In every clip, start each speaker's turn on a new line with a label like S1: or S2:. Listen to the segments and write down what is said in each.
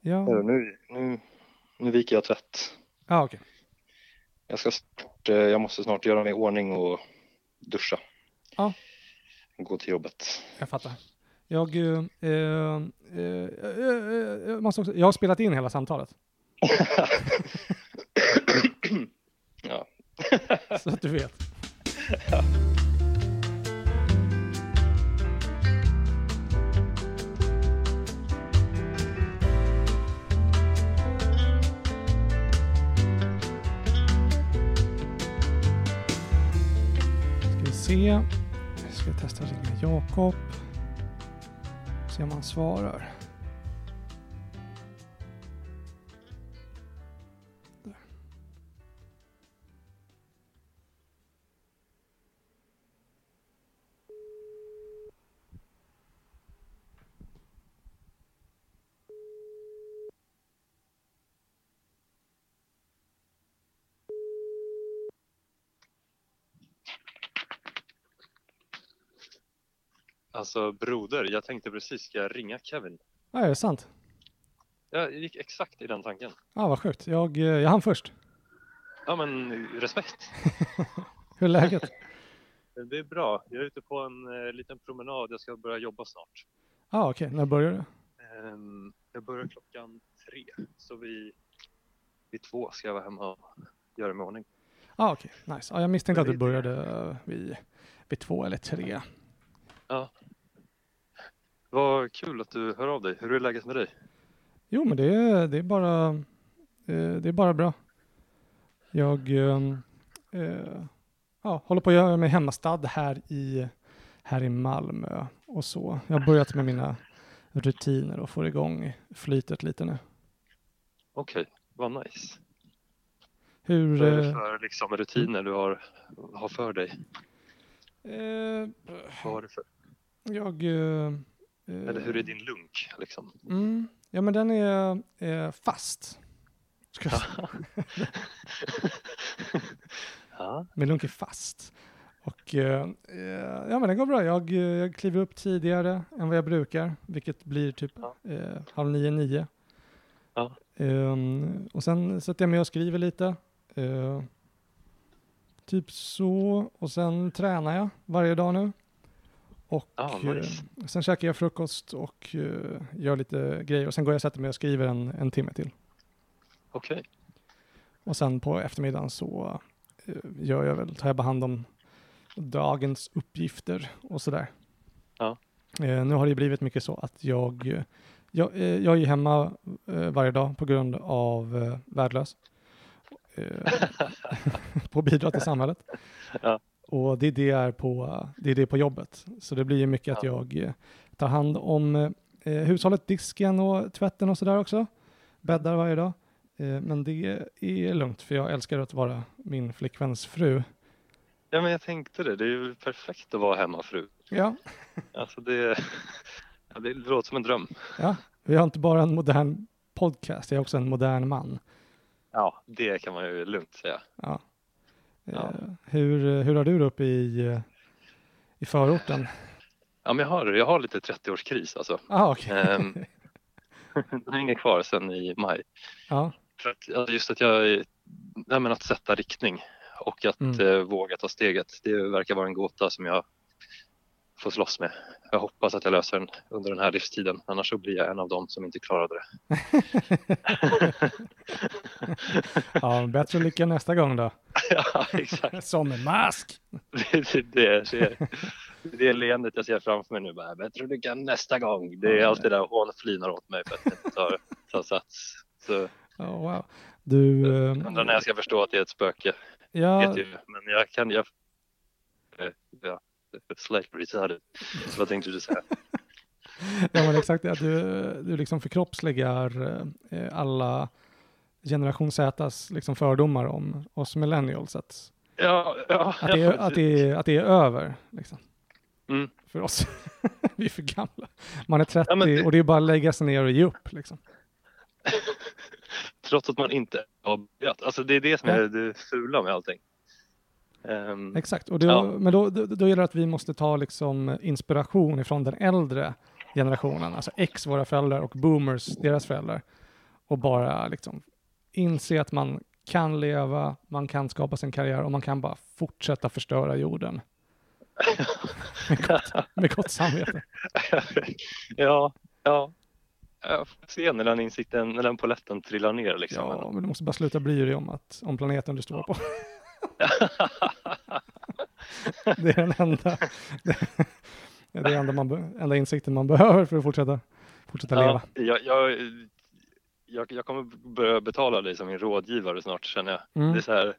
S1: Ja,
S2: Nu, nu, nu viker jag tvätt.
S1: ah, okej.
S2: Jag, ska snart, eh, jag måste snart göra mig i ordning och duscha.
S1: Ja.
S2: Gå till jobbet.
S1: Jag fattar. Jag, eh, eh, eh, eh, eh, måste också, jag har spelat in hela samtalet.
S2: Ja.
S1: så att du vet. Ska vi se. Ska vi testa att ringa Jakob. Se om han svarar.
S2: Alltså broder, jag tänkte precis, ska jag ringa Kevin?
S1: Ja, är det sant?
S2: Jag gick exakt i den tanken.
S1: Ja, vad sjukt. Jag, eh, jag hann först.
S2: Ja men respekt.
S1: Hur är läget?
S2: Det är bra. Jag är ute på en eh, liten promenad. Jag ska börja jobba snart.
S1: Ja, ah, okej. När börjar du?
S2: Ehm, jag börjar klockan tre, så vi, vid två ska jag vara hemma och göra mig i ordning.
S1: Ja, ah, okej. Nice. Ja, jag misstänkte att du började eh, vid, vid två eller tre.
S2: Vad kul att du hör av dig. Hur är läget med dig?
S1: Jo, men det, är- det är bara eh, det är bara bra. Jag eh, eh, ja, håller på att göra mig hemmastad här i, här i Malmö och så. Jag har börjat med mina rutiner och får igång flytet lite nu.
S2: Okej, vad nice.
S1: Hur,
S2: Vad är det
S1: eh,
S2: för liksom, rutiner du har, har för dig?
S1: eh,
S2: Vad har du för,
S1: jag... Eh,
S2: eller hur är din lunk? Liksom?
S1: Mm, ja, men den är eh, fast. Ska jag säga.
S2: Ja,
S1: Min lunk är fast. Och eh, eh, ja, men det går bra. Jag, eh, jag kliver upp tidigare än vad jag brukar, vilket blir typ
S2: Ja.
S1: eh, halv nio, nio.
S2: Ja.
S1: Ehm, och sen sätter jag mig och skriver lite. Eh, typ så. Och sen tränar jag varje dag nu. Och
S2: Ah, nice.
S1: eh, sen käkar jag frukost och eh, gör lite grejer. Och sen går jag och sätter mig och skriver en, en timme till.
S2: okej.
S1: Och sen på eftermiddagen så eh, gör jag väl, tar jag bara hand om dagens uppgifter och sådär.
S2: Ja.
S1: Eh, nu har det ju blivit mycket så att jag, eh, jag, eh, jag är ju hemma eh, varje dag på grund av eh, värdelös. Eh, på bidrag till samhället.
S2: Ja.
S1: Och det är det, jag är på, det är det på jobbet. Så det blir ju mycket att jag eh, tar hand om eh, hushållet, disken och tvätten och sådär också. Bäddar varje dag. Eh, Men det är lugnt för jag älskar att vara min flickväns fru.
S2: Ja, men jag tänkte det. Det är ju perfekt att vara hemmafru.
S1: Ja,
S2: Alltså det, ja, det låter som en dröm.
S1: ja. Vi har inte bara en modern podcast, jag är också en modern man.
S2: Ja, det kan man ju lugnt säga.
S1: Ja. Eh,
S2: Ja.
S1: Hur, hur har du det uppe i, eh, i förorten?
S2: Ja, men jag har, jag har lite 30-årskris alltså.
S1: Ah, okej.
S2: Ehm, Den hänger kvar sen i maj.
S1: Ja,
S2: För att, alltså just att jag, är- nej men att sätta riktning och att
S1: Mm.
S2: eh, våga ta steget. Det verkar vara en gåta som jag får slåss med. Jag hoppas att jag löser den under den här livstiden. Annars så blir jag en av dem som inte klarade det.
S1: ja, bättre lycka nästa gång då.
S2: ja, exakt.
S1: Som en mask!
S2: Det är det, jag ser. det, är leendet jag ser framför mig nu. Bara, bättre lycka nästa gång. Det är alltid det där hon flinar åt mig för att jag inte tar, tar sats. Så
S1: Ja, wow. Du, eh,
S2: undrar när jag ska förstå att det är ett spöke.
S1: ja,
S2: vet ju, men jag kan... Jag, eh, ja, slightly retarded. Vad tänkte du säga?
S1: ja, men exakt, ja, du, du liksom förkroppsligar eh, alla generation Zs liksom fördomar om oss millennials. Att
S2: Ja, ja,
S1: Att det
S2: ja,
S1: är, att det är, att det är över, liksom.
S2: Mm.
S1: För oss. vi är för gamla. Man är 30
S2: Ja, men det-
S1: och det är bara att lägga sig ner och ge upp, liksom.
S2: Trots att man inte har börjat. Alltså det är det som
S1: Ja.
S2: är det fula med allting. Ehm,
S1: Exakt. Och då,
S2: Ja.
S1: Men då, då, då gäller det att vi måste ta liksom, inspiration ifrån den äldre generationen, alltså ex våra föräldrar och boomers, deras föräldrar. och bara liksom inse att man kan leva, man kan skapa sin karriär och man kan bara fortsätta förstöra jorden. med, gott, med gott samvete.
S2: ja, ja. Jag får se när den insikten, när den poletten trillar ner liksom.
S1: Ja, men du måste bara sluta bry dig om, att, om planeten du står på. det är den enda, det är det enda, man, be- enda insikten man behöver för att fortsätta, fortsätta leva.
S2: jag, jag, jag, jag kommer börja betala dig som min rådgivare snart känner jag.
S1: Mm.
S2: Det är så här,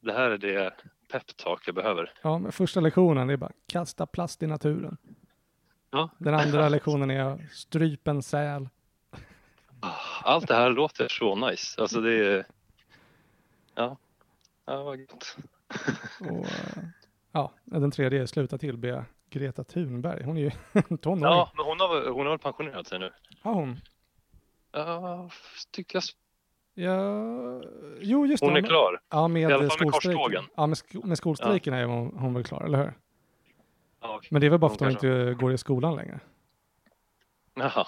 S2: det här är det peptalk jag behöver.
S1: Ja, men första lektionen det är bara kasta plast i naturen.
S2: Ja.
S1: Den andra lektionen är stryp en säl.
S2: Allt det här låter så nice. Alltså det är, ja, ja vad gott.
S1: Och, eh, ja, den tredje är sluta tillbe Greta Thunberg. Hon är ju tonåring. Ja.
S2: Ja, men hon har, hon har väl pensionerat sig nu?
S1: hon.
S2: Ja, tyckte jag.
S1: Ja, jo, just
S2: Hon
S1: det.
S2: är klar.
S1: Ja, med
S2: I alla fall med
S1: skolstrejken.
S2: korstågen.
S1: Ja, med, sk- med skolstrejken är hon, hon väl klar, eller hur?
S2: Ja, okej.
S1: Men det är väl bara för att
S2: Hon
S1: hon inte går i skolan längre.
S2: Jaha.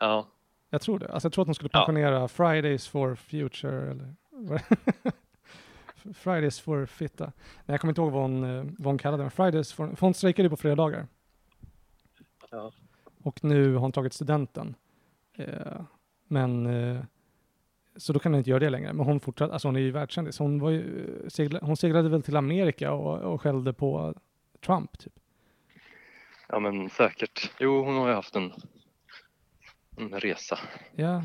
S2: Ja,
S1: Jag tror det. Alltså jag tror att hon skulle
S2: Ja.
S1: pensionera Fridays for future eller vad- Fridays for fitta. Nej, jag kommer inte ihåg vad hon, eh, vad hon kallade den. Fridays for, för hon strejkade ju på fredagar.
S2: Ja.
S1: Och nu har hon tagit studenten. Eh, men eh, så då kan hon inte göra det längre. Men hon fortsatte, alltså hon är ju världskändis. Hon, var ju, eh, segla, hon seglade väl till Amerika och, och skällde på Trump typ.
S2: ja men säkert. Jo, hon har ju haft en, en resa.
S1: Ja,
S2: Jag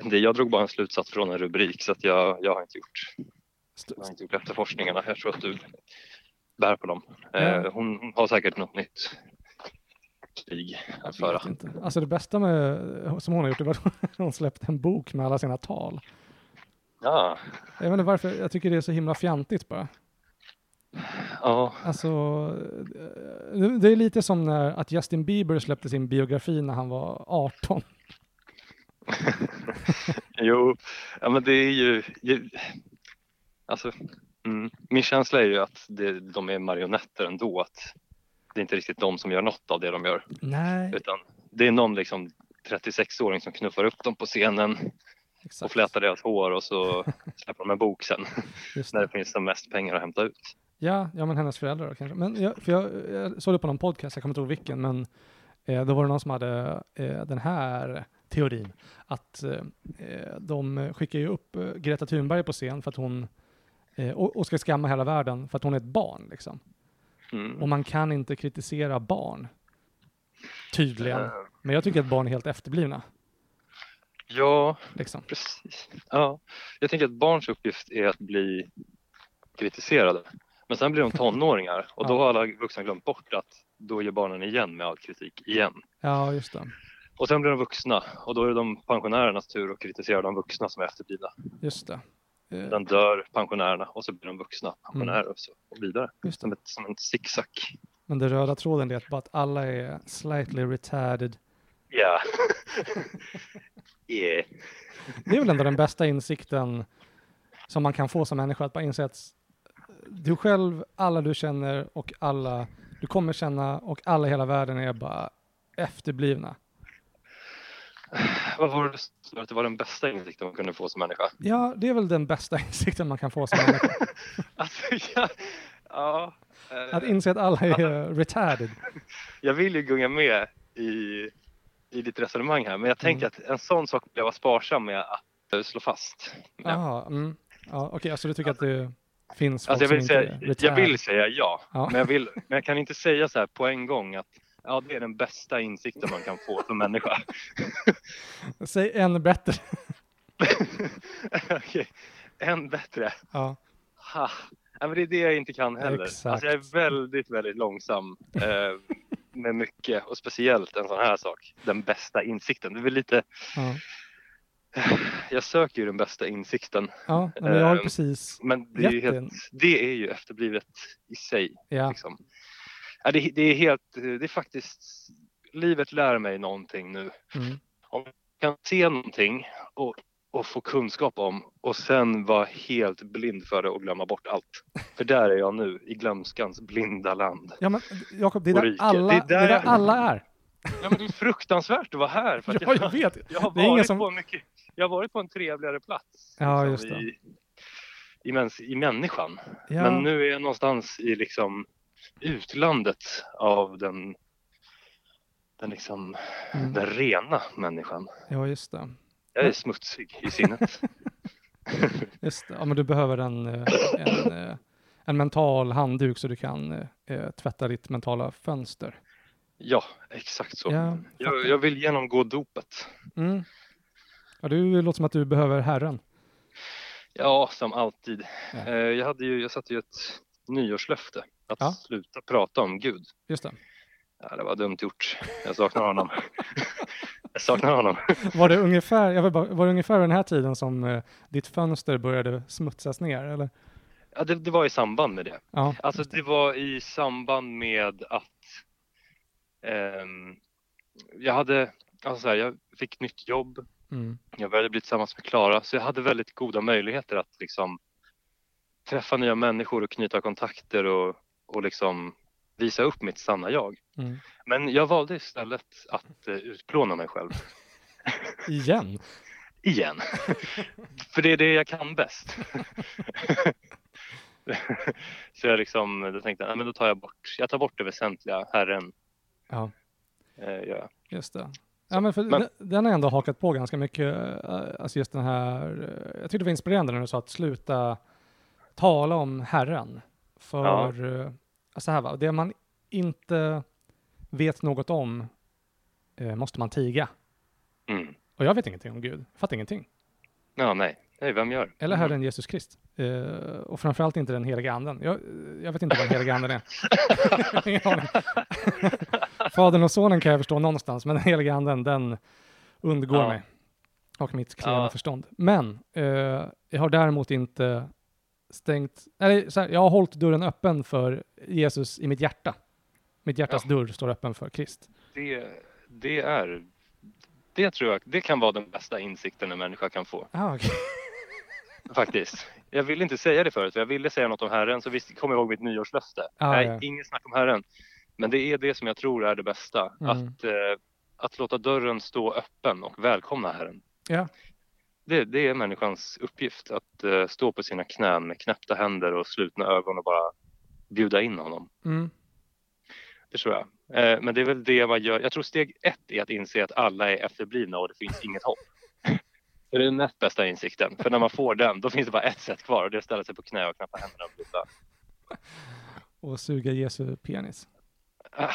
S2: vet inte, Jag drog bara en slutsats från en rubrik så att jag, jag har inte gjort
S1: st-
S2: Jag har inte gjort efterforskningarna. Jag tror att du bär på dem.
S1: Ja.
S2: Eh, hon hon har säkert något nytt krig att föra.
S1: Vet inte. Alltså det bästa med, som hon har gjort det var att hon släppte en bok med alla sina tal.
S2: Ja,
S1: Jag vet inte varför, jag tycker det är så himla fjantigt bara.
S2: ja,
S1: Alltså, eh, det är lite som när att Justin Bieber släppte sin biografi när han var 18.
S2: jo, ja, men det är ju, ju alltså, mm, min känsla är ju att det, de är marionetter ändå, att det är inte riktigt de som gör något av det de gör,
S1: Nej,
S2: utan det är någon liksom 36-åring som knuffar upp dem på scenen och
S1: exakt.
S2: flätar deras hår och så släpper de en bok sen
S1: Just
S2: när
S1: det.
S2: det finns som mest pengar att hämta ut.
S1: Ja, ja, men hennes föräldrar då kanske. Men jag, för jag, jag såg det på någon podcast, jag kommer inte ihåg vilken, men eh, då var det någon som hade eh, den här teorin. Att eh, eh, de skickar ju upp eh, Greta Thunberg på scen för att hon eh, och, och ska skamma hela världen för att hon är ett barn. Liksom.
S2: Mm.
S1: Och man kan inte kritisera barn. Tydligen.
S2: Eh,
S1: Men jag tycker att barn är helt efterblivna.
S2: Ja,
S1: Liksom.
S2: Precis. Ja. Jag tänker att barns uppgift är att bli kritiserade. Men sen blir de tonåringar och då
S1: Ja.
S2: har alla vuxna glömt bort att då ger barnen igen med all kritik igen.
S1: Ja, just det.
S2: Och sen blir de vuxna och då är det de pensionärernas tur att kritisera de vuxna som är efterblivna.
S1: Just det. Eh,
S2: Sen dör pensionärerna och så blir de vuxna pensionärer och, så, och vidare.
S1: Just det.
S2: Som, ett, som en zigzag.
S1: Men den röda tråden är att bara att alla är slightly retarded
S2: Ja. Yeah.
S1: Det är väl ändå den bästa insikten som man kan få som människa, att bara inse att du själv, alla du känner och alla du kommer känna och alla i hela världen är bara efterblivna.
S2: Vad var det du sa att det var den bästa insikten man kunde få som människa?
S1: Ja, det är väl den bästa insikten man kan få som människa,
S2: Alltså, jag, ja. eh,
S1: att inse att alla är retarded.
S2: jag vill ju gunga med i, i ditt resonemang här, men jag
S1: Mm.
S2: tänker att en sån sak vill jag vara sparsam med att eh, slå fast. Ja.
S1: Aha, mm. ja, Okej, alltså du tycker att det finns folk
S2: Alltså
S1: som
S2: jag, vill
S1: inte
S2: säga,
S1: är
S2: jag
S1: retarded?
S2: vill säga ja,
S1: Ja.
S2: Men, jag vill, men jag kan inte säga så här på en gång att ja, det är den bästa insikten man kan få som människa.
S1: Säg en bättre.
S2: Okej, En bättre.
S1: Ja,
S2: Ha. Ja, men det är det jag inte kan heller.
S1: Exakt.
S2: Alltså jag är väldigt, väldigt långsam eh, med mycket och speciellt en sån här sak. Den bästa insikten. Det är väl lite,
S1: ja.
S2: jag söker ju den bästa insikten
S1: ja nej, men jag har ju
S2: Ehm,
S1: precis...
S2: Men det är, ju
S1: Jätten.
S2: helt, det är ju efterblivet i sig.
S1: Ja,
S2: Liksom. Ja, det, det är helt, det är faktiskt, livet lär mig någonting nu.
S1: mm.
S2: Jag kan se någonting och, och få kunskap om och sen vara helt blind för det och glömma bort allt. För där är jag nu, i glömskans blinda land.
S1: ja men Jakob, det är
S2: Och
S1: där
S2: rike.
S1: alla,
S2: Det är där
S1: det är där
S2: jag-
S1: alla är.
S2: Ja, men det är fruktansvärt att vara här. För att
S1: Ja, jag vet.
S2: jag, har
S1: det är ingen
S2: varit
S1: som-
S2: på mycket, jag har varit på en trevligare plats.
S1: Ja,
S2: liksom,
S1: just det.
S2: I, i, mäns, I människan.
S1: Ja,
S2: Men nu är jag någonstans i liksom utlandet av den, den, liksom,
S1: mm.
S2: den rena människan.
S1: ja just, det.
S2: Jag är smutsig i sinnet.
S1: just det. Ja, men du behöver en, eh, en, eh, en mental handduk så du kan eh, eh, tvätta ditt mentala fönster.
S2: Ja, exakt så.
S1: Ja,
S2: jag,
S1: fattar.
S2: jag vill genomgå dopet.
S1: Mm. Ja, du låter som att du behöver Herren.
S2: Ja, som alltid.
S1: Ja.
S2: Eh, Jag, hade ju, jag satte ju ett nyårslöfte att
S1: Ja.
S2: sluta prata om Gud.
S1: Just det.
S2: Ja, det var dumt gjort. Jag saknar honom. jag saknar honom.
S1: Var det ungefär, jag vill bara, var det ungefär den här tiden som eh, ditt fönster började smutsas ner? Eller?
S2: Ja, det, det var i samband med det.
S1: Ja,
S2: Alltså det var i samband med att ehm, jag hade, alltså så här, jag fick nytt jobb,
S1: mm.
S2: jag började bli tillsammans med Klara, så jag hade väldigt goda möjligheter att liksom träffa nya människor och knyta kontakter och, och liksom visa upp mitt sanna jag.
S1: Mm.
S2: Men jag valde istället att eh, utplåna mig själv
S1: igen.
S2: igen. För det är det jag kan bäst. så jag liksom, då tänkte jag, "Nej, men då tar jag bort, jag tar bort det väsentliga, Herren.
S1: Ja.
S2: Eh, ja.
S1: Just det. Ja, men för
S2: men-
S1: den- Den har jag ändå hakat på ganska mycket. eh, Alltså just den här, eh, jag tyckte det var inspirerande när du sa att sluta tala om Herren. För, ja. så här va, det man inte vet något om eh, måste man tiga.
S2: Mm.
S1: Och jag vet ingenting om Gud, jag fattar ingenting.
S2: ja, nej, nej, vem gör? Mm.
S1: Eller Herren Jesus Krist. Eh, och framförallt inte den heliga anden. Jag, jag vet inte vad den heliga anden är. Ingen aning. Fadern och sonen kan jag förstå någonstans, men den heliga anden, den undgår
S2: Ja.
S1: mig. Och mitt klena
S2: Ja.
S1: förstånd. Men eh, jag har däremot inte stängt, eller så här, jag har hållit dörren öppen för Jesus i mitt hjärta. Mitt hjärtas dörr står öppen för Krist.
S2: Det, det är, det tror jag, det kan vara den bästa insikten en människa kan få.
S1: Ah, okej.
S2: Faktiskt. Jag ville inte säga det förut, för jag ville säga något om Herren, så visst kom jag ihåg mitt nyårslöfte.
S1: Ah,
S2: Nej,
S1: ja.
S2: inget snack om Herren. Men det är det som jag tror är det bästa,
S1: Mm.
S2: att, eh, att låta dörren stå öppen och välkomna Herren.
S1: Ja.
S2: Det, det är människans uppgift, att eh, stå på sina knän med knäppta händer och slutna ögon och bara bjuda in honom.
S1: Mm.
S2: Det tror jag. Eh, men det är väl det man gör. Jag tror steg ett är att inse att alla är efterblivna och det finns inget hopp. Det är den näst bästa insikten, för när man får den då finns det bara ett sätt kvar och det är att ställa sig på knä och knäppa händerna och bjuda.
S1: Och suga Jesu penis.
S2: Ah.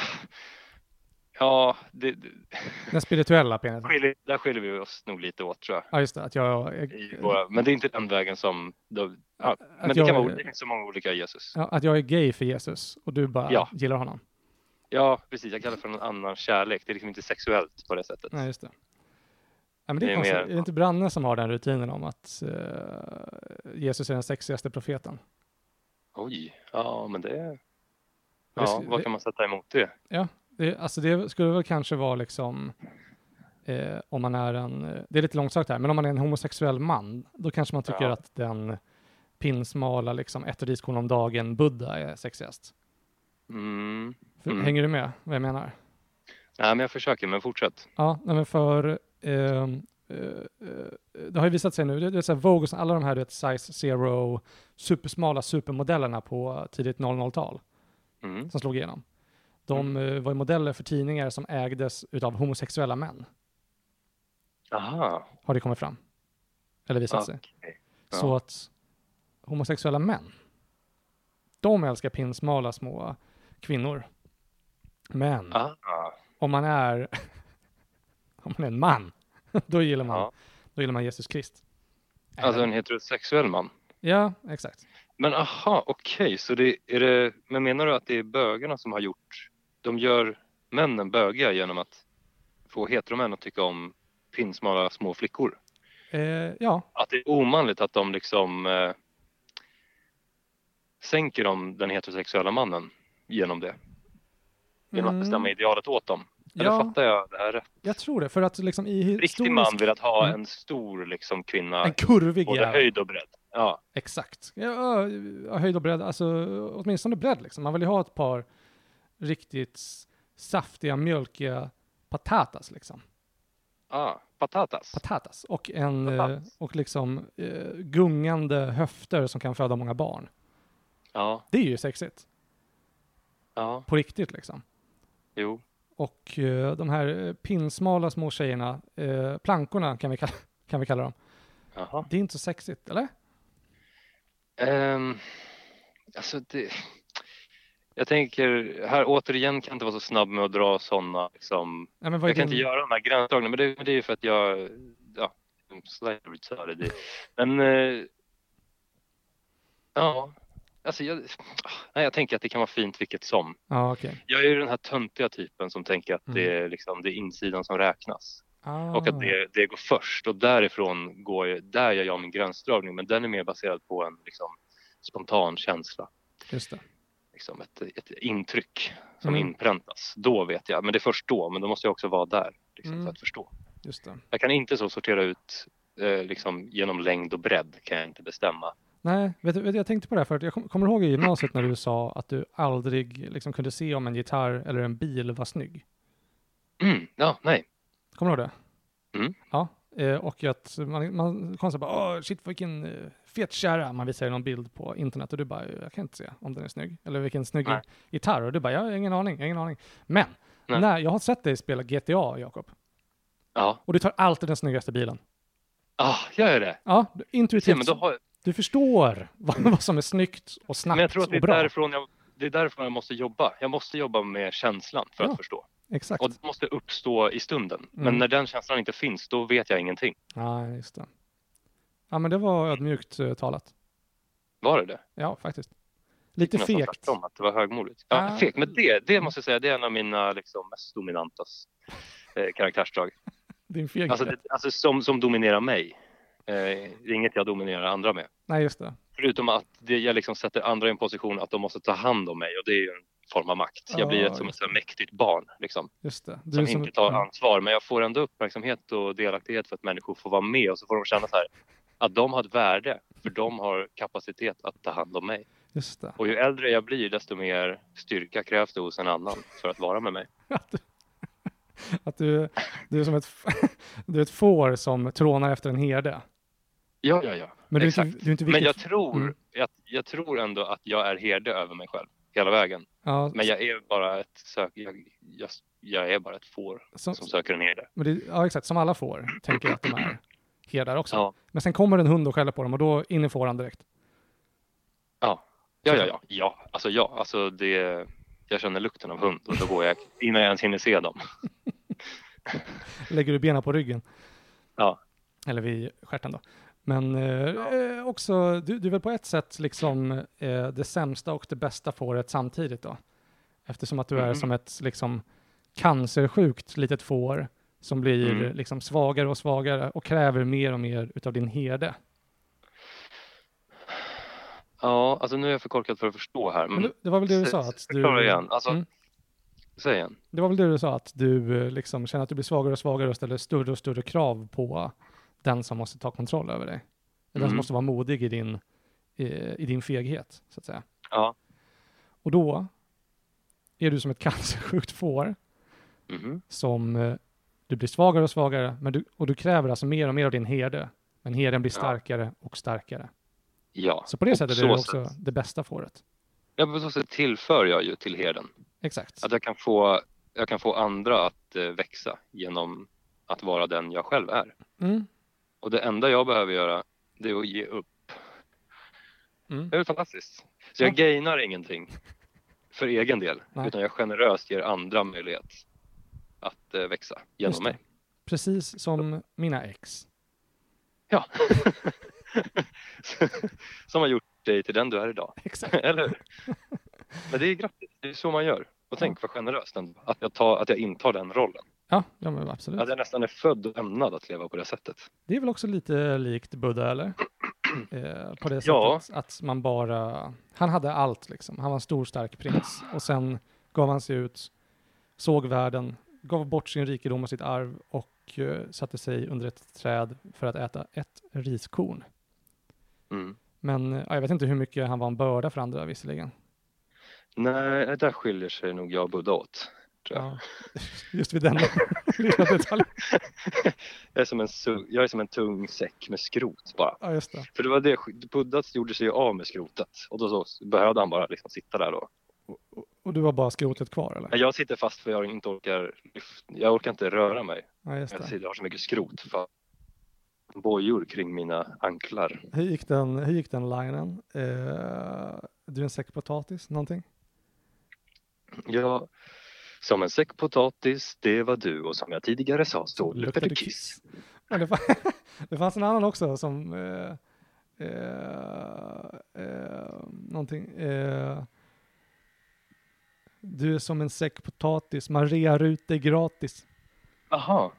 S2: Ja, det, det,
S1: Den spirituella penisen.
S2: skiljer, där skiljer vi oss nog lite åt tror jag.
S1: Ja, just det. Att jag, jag,
S2: I våra, men det är inte den vägen som... Då, ja, men
S1: att
S2: det, kan
S1: jag-
S2: vara, ol- det finns så många olika Jesus.
S1: ja, att jag är gay för Jesus och du bara
S2: Ja.
S1: gillar honom.
S2: Ja, precis. Jag kallar det för någon annan kärlek. Det är liksom inte sexuellt på det sättet.
S1: Nej, just det. Ja, men det är,
S2: Det är
S1: konstigt.
S2: mer-
S1: Är det inte Branne som har den rutinen om att eh, Jesus är den sexigaste profeten?
S2: Oj, ja men det...
S1: Det
S2: Ja,
S1: sk-
S2: vad
S1: det-
S2: kan man sätta emot det?
S1: Det, alltså det skulle väl kanske vara liksom eh, om man är en, eh, det är lite långsökt här, men om man är en homosexuell man, då kanske man tycker
S2: Ja.
S1: att den pinsmala liksom ett riskorn om dagen Buddha är sexigast.
S2: Mm.
S1: För,
S2: Mm.
S1: Hänger du med vad jag menar?
S2: Nej, men jag försöker, men fortsätt.
S1: Ja, nej men för ehm, eh, eh, det har ju visat sig nu, det, det är så här Vogue och så- alla de här du vet, size zero, supersmala supermodellerna på tidigt 00-tal
S2: Mm.
S1: som slog igenom. De eh, var ju modeller för tidningar som ägdes utav homosexuella män,
S2: Aha,
S1: har det kommit fram. Eller visat sig.
S2: okej. Ja.
S1: Så att homosexuella män, de älskar pinsmala små kvinnor. Men
S2: Ah,
S1: om man är om man är en man, då gillar man,
S2: Ja.
S1: då gillar man Jesus Krist.
S2: alltså
S1: Äh,
S2: en heterosexuell man.
S1: Ja, exakt.
S2: Men aha, okej, så det är det... Men menar du att det är bögarna som har gjort... De gör männen bögiga genom att få heteromän att tycka om pinsmala små flickor?
S1: Eh, ja,
S2: Att det är omanligt att de liksom eh, sänker de den heterosexuella mannen genom det? Genom
S1: Mm.
S2: att bestämma idealet åt dem? Eller
S1: ja
S2: fattar jag det här rätt?
S1: jag tror det. För att liksom i historisk...
S2: riktig man vill att ha
S1: Mm.
S2: en stor liksom, kvinna,
S1: En kurvig
S2: både
S1: jävel.
S2: höjd och bredd. Ja,
S1: Exakt. Ja, Ja, ja, höjd och bredd, alltså åtminstone bredd liksom. Man vill ju ha ett par riktigt saftiga, mjölkiga, patatas liksom.
S2: Ah, patatas.
S1: Patatas. Och, en, eh,
S2: Patatas.
S1: och liksom eh, gungande höfter som kan föda många barn.
S2: Ja,
S1: Det är ju sexigt.
S2: ja,
S1: På riktigt liksom.
S2: jo.
S1: Och eh, de här eh, pinsmala små tjejerna, eh, plankorna kan vi, kalla, kan vi kalla dem.
S2: Jaha.
S1: Det är inte så sexigt, eller?
S2: Ehm, alltså det... Jag tänker, här återigen kan jag inte vara så snabb med att dra sådana liksom...
S1: Nej, men vad är
S2: Jag kan
S1: din-
S2: inte göra de här gränsdragningarna, men det, men det är ju för att jag... Ja, slightly retarded. Men... eh, ja, alltså jag... Nej, jag tänker att det kan vara fint vilket som.
S1: Ja, okej.
S2: Jag är ju den här töntiga typen som tänker att det är, liksom, det är insidan som räknas.
S1: Ah.
S2: Och att det, det går först och därifrån går jag, där gör jag min gränsdragning men den är mer baserad på en liksom, spontan känsla.
S1: Just det.
S2: Liksom ett, ett intryck som
S1: Mm.
S2: inpräntas. Då vet jag, men det är först då, men då måste jag också vara där liksom,
S1: Mm.
S2: för att förstå.
S1: Just det.
S2: Jag kan inte så sortera ut eh, liksom, genom längd och bredd kan jag inte bestämma.
S1: Nej, vet du, vet du, jag tänkte på det här förut. Jag kom, kommer ihåg i gymnasiet när du sa att du aldrig liksom, kunde se om en gitarr eller en bil var snygg.
S2: Mm, ja, nej.
S1: Kommer du ihåg det?
S2: Mm.
S1: Ja, eh, och att man, man konstigt bara, Åh, shit vilken eh, fet kärra. Man visar dig någon bild på internet och du bara, jag kan inte se om den är snygg. Eller vilken snygg
S2: Nej.
S1: gitarr. Och du bara, jag har ingen aning, jag har ingen aning. Men,
S2: Nej.
S1: när jag har sett dig spela GTA, Jakob.
S2: Ja,
S1: Och du tar alltid den snyggaste bilen.
S2: ah, jag gör det.
S1: Ja, du-
S2: Ja,
S1: intuitivt.
S2: men då har,
S1: Du förstår vad, vad som är snyggt och snabbt
S2: men jag tror att det
S1: och
S2: är,
S1: bra.
S2: därifrån jag, det är därifrån jag måste jobba. Jag måste jobba med känslan för
S1: Ja.
S2: att förstå.
S1: Exakt.
S2: Och det måste uppstå i stunden.
S1: Mm.
S2: Men när den känslan inte finns, då vet jag ingenting.
S1: Ja, just det. Ja, men det var ödmjukt eh, talat.
S2: Var det det?
S1: Ja, faktiskt. Lite
S2: Nästan
S1: fegt.
S2: tvärtom, att det var högmodigt. Ja,
S1: Ah.
S2: fegt. Men det, det måste jag säga, det är en av mina liksom, mest dominanta eh, karaktärsdrag.
S1: Din feghet.
S2: Alltså, det, alltså som, som dominerar mig. Eh, det är inget jag dominerar andra med.
S1: Nej, just det.
S2: Förutom att det, jag liksom sätter andra i en position att de måste ta hand om mig och det är ju en form av makt. Jag blir
S1: Ja,
S2: ett, som
S1: Ah,
S2: ett
S1: just
S2: så här mäktigt barn liksom,
S1: Just det. Du
S2: som, Mm.
S1: är som- Mm,
S2: inte tar
S1: ja,
S2: ansvar. Men jag får ändå uppmärksamhet och delaktighet för att människor får vara med och så får de känna så här att de har ett värde för de har kapacitet att ta hand om mig.
S1: Just det.
S2: Och ju äldre jag blir desto mer styrka krävs det hos en annan för att vara med mig.
S1: Att du, att du, du är som ett, f- du är ett får som trånar efter en herde.
S2: Ja, ja, ja.
S1: Men du är, inte,
S2: Exakt.
S1: du är inte vilket...
S2: Men jag tror,
S1: Mm.
S2: jag, jag tror ändå att jag är herde över mig själv hela vägen.
S1: ja,
S2: Men jag är bara ett sök, jag, jag, jag är bara ett får
S1: som,
S2: som söker en herde.
S1: men det, ja, exakt. Som alla får, tänker jag att de är herdar också.
S2: Ja.
S1: Men sen kommer en hund och skäller på dem och då in i fåran direkt.
S2: Ja, ja, ja, ja, alltså ja, alltså det, jag känner lukten av hund och då går jag innan jag ens hinner se dem.
S1: Lägger du benen på ryggen.
S2: Ja.
S1: Eller vid stjärten då. Men eh, eh, också, du, du är väl på ett sätt liksom eh, det sämsta och det bästa fåret samtidigt då? Eftersom att du är
S2: Mhm.
S1: som ett liksom cancersjukt litet får som blir
S2: Mm.
S1: liksom svagare och svagare och kräver mer och mer utav din herde.
S2: Ja, alltså nu är jag för korkad för att förstå här.
S1: Men
S2: Men
S1: det, det var väl det du sa? Att du,
S2: Förklara igen. Alltså,
S1: Mm.
S2: Säg igen.
S1: Det var väl det du sa, att du eh, liksom känner att du blir svagare och svagare och ställer större och större krav på den som måste ta kontroll över dig. Eller Den som
S2: Mm.
S1: måste vara modig i din, i, i din feghet, så att säga.
S2: Ja.
S1: Och då är du som ett cancersjukt får
S2: Mhm.
S1: som eh, du blir svagare och svagare men du, och du kräver alltså mer och mer av din herde. Men herden blir
S2: Ja.
S1: starkare och starkare.
S2: Ja,
S1: Så på det
S2: Och
S1: sättet
S2: så
S1: är du också
S2: sätt.
S1: det bästa fåret.
S2: ja på så sätt tillför jag ju till herden.
S1: Exakt.
S2: Att jag kan få, jag kan få andra att eh, växa genom att vara den jag själv är.
S1: Mm.
S2: Och det enda jag behöver göra, det är att ge upp.
S1: Mm.
S2: Det är väl fantastiskt. Så jag gainar ingenting för egen del,
S1: Nej.
S2: utan jag generöst ger andra möjlighet att eh, växa
S1: Just
S2: genom
S1: det.
S2: mig.
S1: Precis som mina ex.
S2: Ja. Som har gjort dig till den du är idag.
S1: Exakt.
S2: Eller hur? Men det är grattis, det är så man gör. Och tänk vad generöst ändå, att jag, tar, att jag intar den rollen.
S1: Ja, ja men absolut.
S2: Att jag nästan är född och ämnad att leva på det sättet.
S1: Det är väl också lite likt Buddha, eller? Eh, på det sättet
S2: Ja.
S1: att man bara... Han hade allt, liksom. Han var en stor, stark prins. Och sen gav han sig ut, såg världen, gav bort sin rikedom och sitt arv och eh, satte sig under ett träd för att äta ett riskorn.
S2: Mm.
S1: Men eh, jag vet inte hur mycket han var en börda för andra, visserligen.
S2: Nej, där skiljer sig nog jag och Buddha åt. Tror jag.
S1: Ja. Just vid den. Lilla detaljer.
S2: Jag är som en, su- jag är som en tung säck med skrot bara.
S1: Ja, just det.
S2: För det var det, Puddats gjorde sig ju av med skrotet och då så behövde han bara liksom sitta där då.
S1: Och du har bara skrotet kvar eller?
S2: Men Jag sitter fast för jag inte orkar, lyft- jag orkar inte röra mig.
S1: Ja, just
S2: Jag
S1: det.
S2: sitter- har så mycket skrot för bojor kring mina anklar.
S1: Hur gick den, hur gick den linen? Eh, du är en säck potatis, någonting?
S2: Jag, som en säck potatis, det var du och som jag tidigare sa så luktade du kiss.
S1: Ja, det, fa- det fanns en annan också som... Eh, eh, eh, någonting. Eh, du är som en säck potatis, man rear ut dig gratis.
S2: Jaha,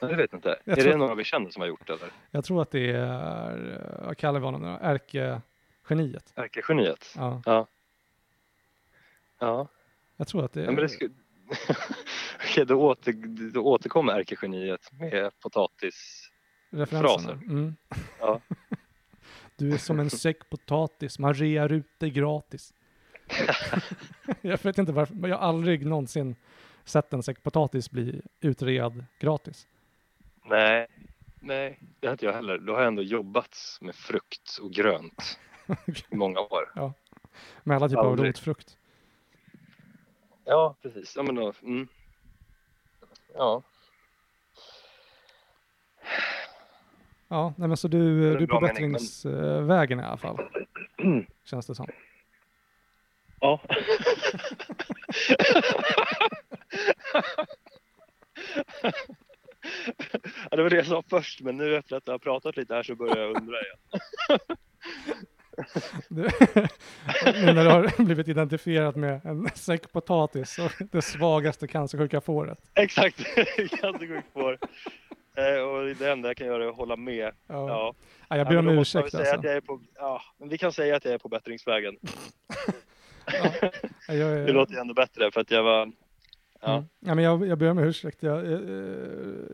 S2: jag vet inte.
S1: Jag
S2: är
S1: tror-
S2: det några vi känner som har gjort det eller?
S1: Jag tror att det är, eh, vad kallar vi honom nu då? Ärkegeniet.
S2: Ärkegeniet?
S1: Ja,
S2: Ja,
S1: jag tror att det
S2: Nej, men det
S1: är...
S2: skulle... Okej, då, åter... då återkommer ärkegeniet med potatis.
S1: Referenserna.
S2: fraser.
S1: Mm.
S2: Ja.
S1: Du är som en säck potatis, man rear ut dig gratis. jag vet inte varför, men jag har aldrig någonsin sett en säck potatis bli utread gratis.
S2: Nej, nej, det har inte jag heller. Då har jag ändå jobbat med frukt och grönt i många år.
S1: Med alla typer av
S2: Aldrig.
S1: rotfrukt.
S2: Ja, precis. Ja, men då, mm. ja
S1: Ja, nej men så du,
S2: är en
S1: du är på
S2: bra mening, men-
S1: bättringsvägen i alla fall. Känns det som.
S2: Ja. ja. Det var det jag sa först, men nu efter att jag har pratat lite här så börjar jag undra igen.
S1: Du, nu när du har blivit identifierad med en säck potatis och det svagaste cancersjuka fåret.
S2: Exakt, cancersjukt får. Eh, och det enda jag kan göra är att hålla med.
S1: Ja.
S2: Ja.
S1: Ja, jag
S2: Ja,
S1: ber
S2: men
S1: om
S2: då måste man
S1: ursäkt
S2: väl säga
S1: alltså.
S2: att jag är på, ja, men Vi kan säga att jag är på bättringsvägen.
S1: Jag, är-
S2: Det låter ju ändå bättre för att jag var... Ja.
S1: Mm. Ja, men jag, jag ber om ursäkt. Jag, eh, eh,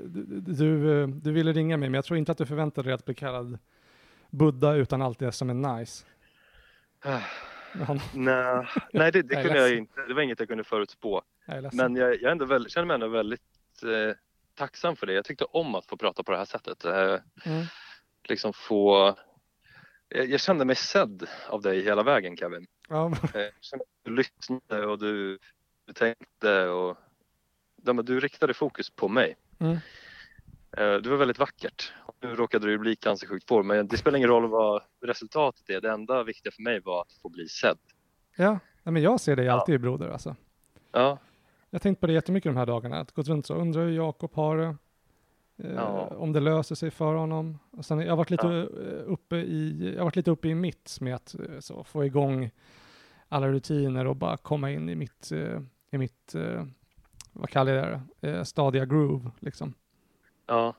S1: du, du, eh, du ville ringa mig, men jag tror inte att du förväntade dig att bli kallad Buddha utan allt det som är nice. Men,
S2: Nej, nej det,
S1: Ah.
S2: det
S1: Jag är
S2: kunde jag
S1: ledsen.
S2: inte. Det var inget jag kunde förutspå.
S1: jag är ledsen.
S2: Men jag, jag är ändå väldigt, känner mig ändå väldigt eh, tacksam för det. Jag tyckte om att få prata på det här sättet. Eh,
S1: Mm.
S2: liksom få... Jag, jag kände mig sedd av dig hela vägen Kevin.
S1: Ja, men-
S2: Eh, jag kände att du lyssnade och du, du tänkte och ja, men du riktade fokus på mig.
S1: Mm.
S2: Eh, det var väldigt vackert. Nu råkade du bli cancersjukt får men det spelar ingen roll vad resultatet är. Det enda viktiga för mig var att få bli sedd.
S1: ja. Nej, men jag ser dig alltid broder alltså.
S2: Ja,
S1: Jag har tänkt på det jättemycket de här dagarna. Att gått runt så. Undrar hur Jakob har det. Eh,
S2: Ja.
S1: Om det löser sig för honom. Och sen, jag har varit lite,
S2: Ja.
S1: eh, uppe i, jag har varit lite uppe i mitt med att eh, så, få igång alla rutiner och bara komma in i mitt, eh, i mitt eh, vad kallar jag det, eh, stadiga groove. Liksom.
S2: ja,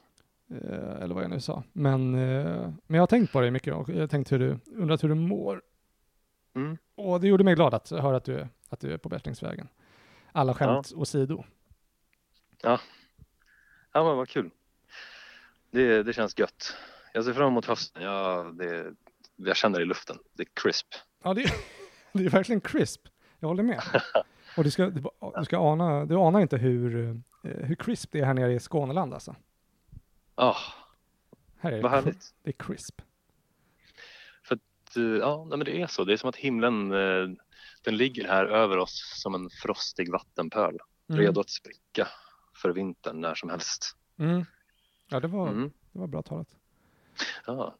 S1: Eh, eller vad jag nu sa. Men, eh, men jag har tänkt på det mycket och jag har tänkt hur du, undrat hur du mår.
S2: Mm.
S1: Och det gjorde mig glad att höra att du, är- att du är på bättringsvägen. Alla skämt åsido.
S2: ja men vad kul. Det, det känns gött. Jag ser fram emot hösten. Ja, det, jag känner det i luften. Det är crisp.
S1: Ja, det, det är verkligen crisp. Jag håller med. Och du ska, du, du ska ana, du anar inte hur, eh, hur crisp det är här nere i Skåneland alltså.
S2: Ah,
S1: Här är
S2: vad
S1: det,
S2: härligt.
S1: det är crisp.
S2: Eh, Ja, nej, men det är så. Det är som att himlen eh, den ligger här över oss som en frostig vattenpöl.
S1: Mm.
S2: Redo att spricka för vintern när som helst.
S1: Mm. Ja, det var,
S2: Mm.
S1: det var bra talat.
S2: Ja.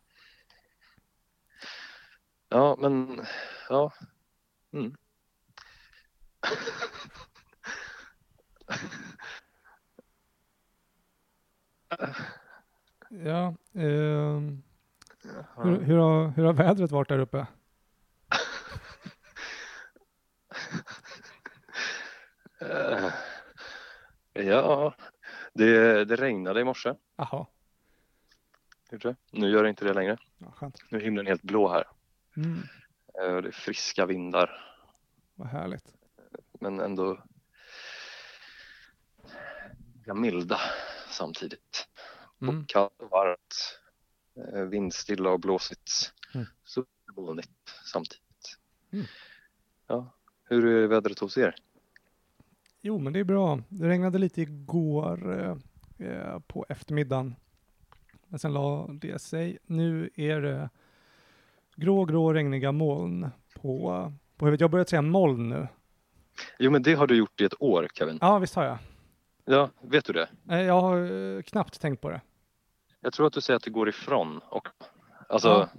S2: ja, men ja. Mm.
S1: Ja, ehm, hur, hur, har, hur har vädret varit där uppe?
S2: Eh, Ja, det, det regnade i morse.
S1: Jaha,
S2: gjorde det. Nu gör det inte det längre.
S1: ja, skönt.
S2: Nu är himlen helt blå här.
S1: Mm.
S2: Eh, och Det är friska vindar.
S1: Vad härligt.
S2: men ändå ganska milda samtidigt.
S1: Mm.
S2: Och kallt och varmt, eh, vindstilla och blåsigt.
S1: Mm.
S2: Så molnigt samtidigt.
S1: Mm.
S2: Ja. Hur är vädret hos er?
S1: Jo, men det är bra. Det regnade lite igår eh, eh, på eftermiddagen. Men sen la det sig. Nu är det grå, grå regniga moln på, på huvudet. Jag har börjat säga moln nu.
S2: Jo, men det har du gjort i ett år, Kevin.
S1: Ja, visst har jag.
S2: Ja, vet du det?
S1: Nej, Jag har eh, knappt tänkt på det.
S2: Jag tror att du säger att det går ifrån och alltså,
S1: Ja.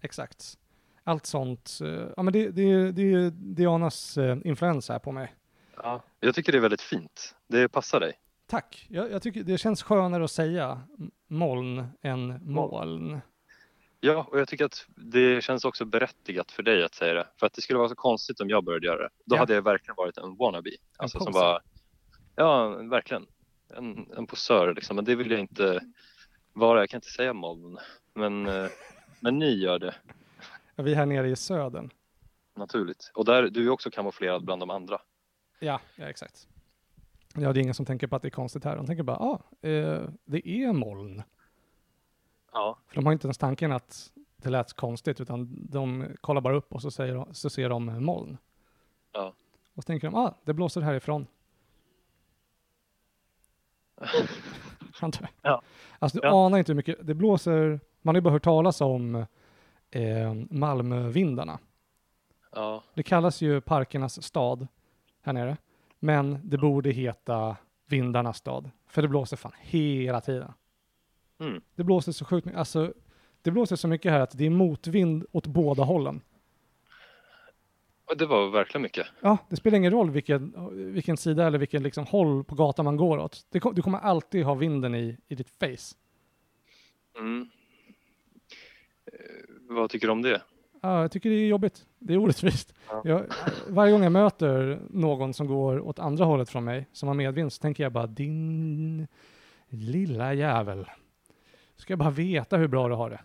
S1: Exakt. Allt sånt. eh, Ja, men det, det, det är ju Dianas eh, influens här på mig.
S2: ja. jag tycker det är väldigt fint. Det passar dig.
S1: Tack. Jag, jag tycker det känns skönare att säga m- moln än moln.
S2: Ja, och jag tycker att det känns också berättigat för dig att säga det. För att det skulle vara så konstigt om jag började göra det. Då
S1: Ja.
S2: hade jag verkligen varit en wannabe. Alltså som
S1: posör.
S2: bara, ja, verkligen. En, en posör liksom. Men det vill jag inte vara. Jag kan inte säga moln. Men, eh, men ni gör det
S1: Ja, vi här nere i södern.
S2: naturligt. Och där, du är också kamouflerad bland de andra.
S1: Ja, ja exakt. Ja, det är ingen som tänker på att det är konstigt här. De tänker bara, ja, ah, eh, det är moln.
S2: Ja,
S1: För de har inte ens tanken att det lät konstigt, utan de kollar bara upp och så, säger de, så ser de moln.
S2: Ja.
S1: Och så tänker de, ah, det blåser härifrån. Antar jag.
S2: Ja.
S1: Alltså du
S2: Ja.
S1: anar inte hur mycket, det blåser, man har ju bara hört talas om eh, Malmövindarna.
S2: ja,
S1: Det kallas ju parkernas stad här nere, men det borde heta vindarnas stad, för det blåser fan hela tiden.
S2: Mm.
S1: Det blåser så sjukt mycket, alltså det blåser så mycket här att det är motvind åt båda hållen.
S2: Och det var verkligen mycket.
S1: Ja, det spelar ingen roll vilken, vilken sida eller vilken liksom håll på gatan man går åt. Det, kom- du kommer alltid ha vinden i, i ditt face.
S2: Mm. Eh, Vad tycker du om det?
S1: Ja, jag tycker det är jobbigt. Det är orättvist.
S2: Ja.
S1: Jag, varje gång jag möter någon som går åt andra hållet från mig, som har medvind, så tänker jag bara din lilla jävel. Ska jag bara veta hur bra du har det.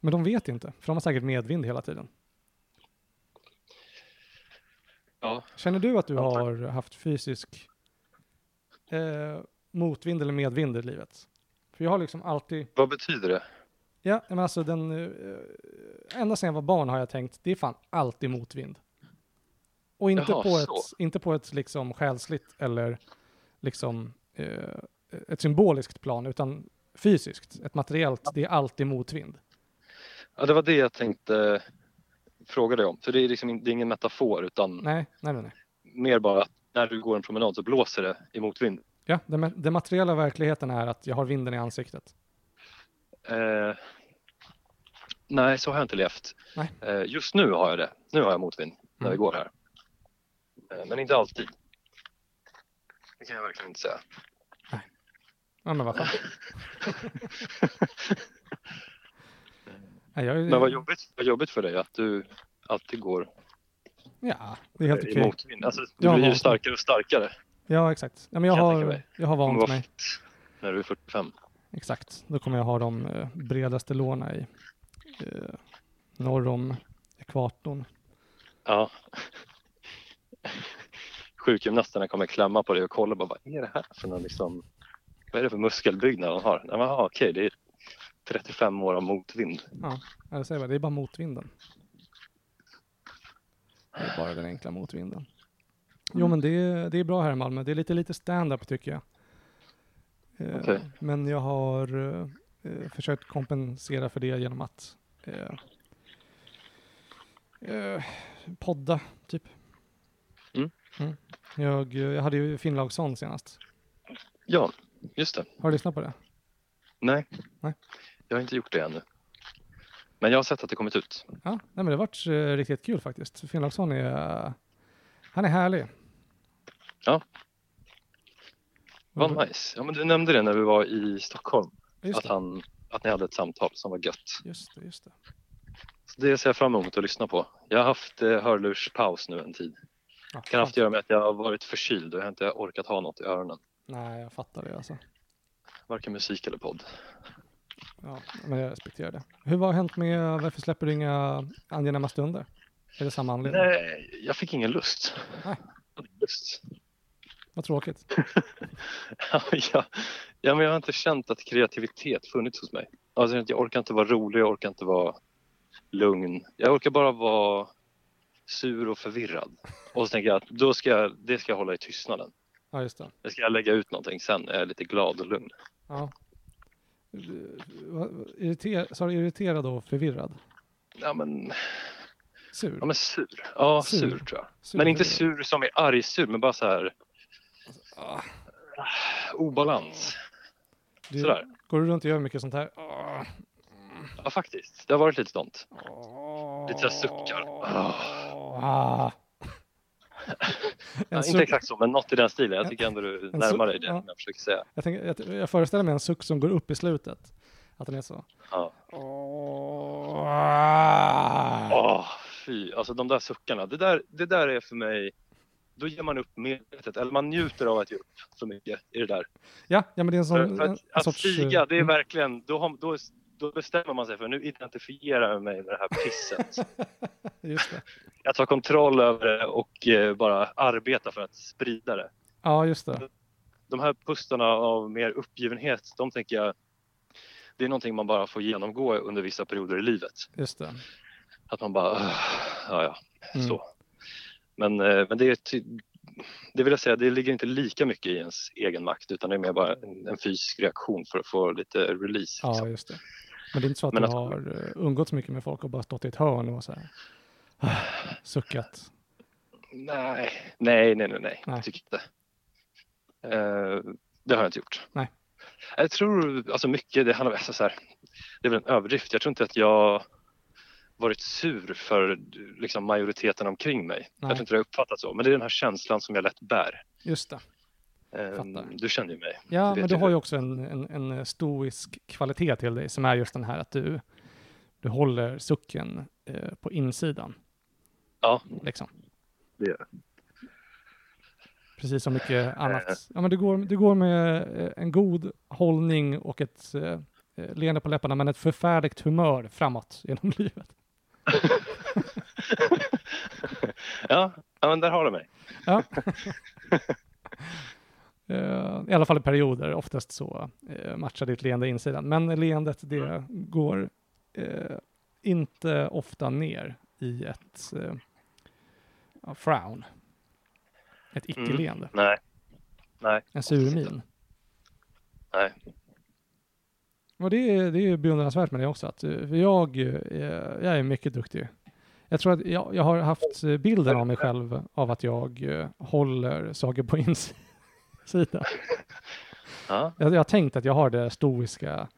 S1: Men de vet inte, för de har säkert medvind hela tiden.
S2: Ja,
S1: Känner du att du
S2: Ja, tack.
S1: har haft fysisk eh, motvind eller medvind i livet? För jag har liksom alltid
S2: vad betyder det?
S1: Ja, men alltså den... eh, Ända sedan jag var barn har jag tänkt, det är fan alltid motvind. Och inte
S2: Jaha,
S1: på
S2: så.
S1: ett, inte på ett liksom själsligt eller liksom eh, ett symboliskt plan, utan fysiskt, ett materiellt, det är alltid motvind.
S2: Ja, det var det jag tänkte fråga dig om. För det är, liksom, in- det är ingen metafor utan
S1: Nej, nej, nej. nej.
S2: mer bara att när du går en promenad så blåser det i motvind.
S1: Ja, den, ma- den materiella verkligheten är att jag har vinden i ansiktet.
S2: Eh, nej, så har jag inte levt.
S1: Nej.
S2: Eh, just nu har jag det. Nu har jag motvind när vi
S1: Mm.
S2: går här. Eh, men inte alltid. Det kan jag verkligen inte säga.
S1: Mm. Ja, men vad skönt. Nej, jag, är-
S2: Men vad jobbigt, vad jobbigt för dig att du alltid går
S1: Ja, det är helt
S2: eh,
S1: okej.
S2: i motvind. Alltså, du
S1: Ja,
S2: blir ju
S1: vad-
S2: starkare och starkare.
S1: Ja, exakt. Ja, men jag,
S2: Kan jag tänka
S1: har,
S2: mig.
S1: jag har
S2: Men
S1: vant
S2: vad
S1: mig.
S2: fint när du är 45.
S1: Exakt, då kommer jag ha de eh, bredaste låna i eh, norr om ekvatorn.
S2: Ja. Sjukgymnasterna kommer klämma på dig och kolla bara, vad är det här för någon liksom, vad är det för muskelbyggnad de har? Ja, men, aha, okej, det är 35 år av motvind.
S1: Jag säger bara, det är bara motvinden. Det är bara den enkla motvinden.
S2: Mm.
S1: Jo, men det är, det är bra här i Malmö. Det är lite, lite stand-up tycker jag. Eh,
S2: Okej.
S1: Men jag har eh, eh, försökt kompensera för det genom att eh, eh, podda, typ.
S2: Mm.
S1: Mm. Jag, eh, jag hade ju Finnlaugsson senast.
S2: Ja, just det.
S1: Har du lyssnat på det?
S2: Nej.
S1: Nej.
S2: jag har inte gjort det ännu. Men jag har sett att det kommit ut.
S1: Ja, nej, men det har varit eh, riktigt kul faktiskt. Finnlaugsson är, eh, han är härlig.
S2: Ja. Vad
S1: Vad-
S2: nice. Ja, men du nämnde det när vi var i Stockholm,
S1: Mm. Just
S2: att,
S1: det,
S2: han, att ni hade ett samtal som var gött.
S1: just det, just det.
S2: Så det ser jag fram emot att lyssna på. Jag har haft eh, hörlurspaus nu en tid.
S1: Ja,
S2: Det kan ha haft att
S1: fan.
S2: göra med att jag har varit förkyld och jag har inte orkat ha något i öronen.
S1: Nej, jag fattar det alltså.
S2: Varken musik eller podd.
S1: Ja, men jag respekterar det. Hur vad har hänt med, varför släpper du inga angenäma stunder? Är det samma anledning?
S2: Nej, jag fick ingen lust.
S1: Nej.
S2: Jag hade lust.
S1: Vad tråkigt.
S2: jag, ja, men jag har inte känt att kreativitet funnits hos mig. Alltså, jag orkar inte vara rolig, jag orkar inte vara lugn. Jag orkar bara vara sur och förvirrad. Och så tänker jag att då ska jag, det ska jag hålla i tystnaden.
S1: Ja, just det.
S2: Jag ska lägga ut någonting sen är jag lite glad och lugn.
S1: Ja. Irriter, sa du irriterad och förvirrad?
S2: Ja men,
S1: Sur?
S2: ja, men sur. Ja,
S1: Sur.
S2: sur. tror jag.
S1: Sur,
S2: men inte
S1: förvirrad.
S2: sur som är argsur, men bara så här
S1: Ah,
S2: obalans.
S1: du,
S2: Sådär.
S1: Går du runt och gör mycket sånt här? Ah,
S2: Ja, faktiskt. Det har varit lite sånt.
S1: ah,
S2: Lite så här suckar.
S1: Ah. En
S2: Ja, Ah. inte
S1: suck-
S2: exakt så, men något i den stilen. Jag tycker ändå du
S1: sur-
S2: närmar dig det
S1: ja.
S2: jag försöker säga.
S1: Jag, tänker, jag, jag föreställer mig en suck som går upp i slutet. Att den är så.
S2: Ja.
S1: Ah.
S2: Åh, fy. Alltså de där suckarna. Det där, det där är för mig... Då ger man upp medvetet, eller man njuter av att ge upp för mycket i det där.
S1: Ja, ja, men det är en sån
S2: För, för
S1: en
S2: att, att
S1: sorts,
S2: stiga, det är
S1: mm,
S2: verkligen... Då, har, då, då bestämmer man sig för nu identifierar jag mig med det här pisset.
S1: eh, Just det.
S2: Jag tar kontroll över det och eh, bara arbetar för att sprida det.
S1: Ja, just det.
S2: De här pustarna av mer uppgivenhet, de tänker jag... Det är någonting man bara får genomgå under vissa perioder i livet.
S1: Just det.
S2: Att man bara, "Åh, ja ja,
S1: Mm.
S2: så. Men, eh, men det är ty- det vill jag säga, det ligger inte lika mycket i ens egen makt utan det är mer bara en, en fysisk reaktion för att få lite release.
S1: Ja,
S2: Liksom.
S1: just det. Men det är inte så att
S2: Men
S1: du
S2: att-
S1: har eh, umgåtts mycket med folk och bara stått i ett hörn och så här ah, suckat.
S2: Nej, nej, nej, nej, nej,
S1: Nej.
S2: jag tycker inte. Eh, det har jag inte gjort.
S1: Nej.
S2: Jag tror, alltså mycket, det handlar alltså så här, det är väl en överdrift. Jag tror inte att jag varit sur för liksom, majoriteten omkring mig. Jag
S1: Nej.
S2: tror inte det har uppfattats så, men det är den här känslan som jag lätt bär.
S1: Just det.
S2: Eh,
S1: Fattar.
S2: Du känner ju mig.
S1: Ja,
S2: vet
S1: men du
S2: ju
S1: har
S2: hur-
S1: ju också en, en, en eh, stoisk kvalitet till dig som är just den här att du, du håller sucken eh, på insidan.
S2: Ja.
S1: Liksom.
S2: Det gör Eh.
S1: Precis som mycket annat. Ja, men du, går, du går med eh, en god hållning och ett eh, eh, leende på läpparna men ett förfärligt humör framåt genom livet.
S2: Ja, ja men där har du mig.
S1: Eh, I alla fall i perioder, oftast så eh, matchar ditt leende insidan. Men leendet det går eh, inte ofta ner i ett eh, ja, frown. Ett icke-leende,
S2: Nej,
S1: en sur min.
S2: nej.
S1: Och det är, det är beundransvärt med det också, att eh, för jag, eh, jag är mycket duktig. Jag tror att jag, jag har haft eh, bilden av mig själv av att jag eh, håller saker på insidan.
S2: Ja,
S1: Jag, jag har tänkt att jag har det där stoiska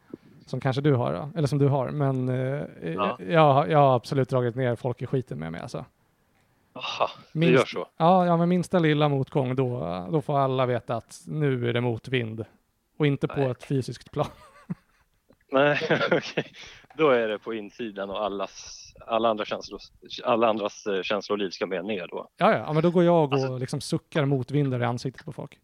S1: som kanske du har, då, eller som du har, men eh,
S2: Ja.
S1: jag, jag, har- jag har absolut dragit ner folk i skiten med mig alltså.
S2: aha, du
S1: Minst-
S2: gör så.
S1: Ja, ja men minsta lilla motgång då, då får alla veta att nu är det motvind och inte på
S2: Nej.
S1: ett fysiskt plan.
S2: Nej, okej. Då är det på insidan och allas, alla, andra känslor, alla andras eh, känsloliv ska med ner då.
S1: Ja, ja, ja, men då går jag och
S2: Alltså-
S1: liksom suckar motvindar i ansiktet på folk.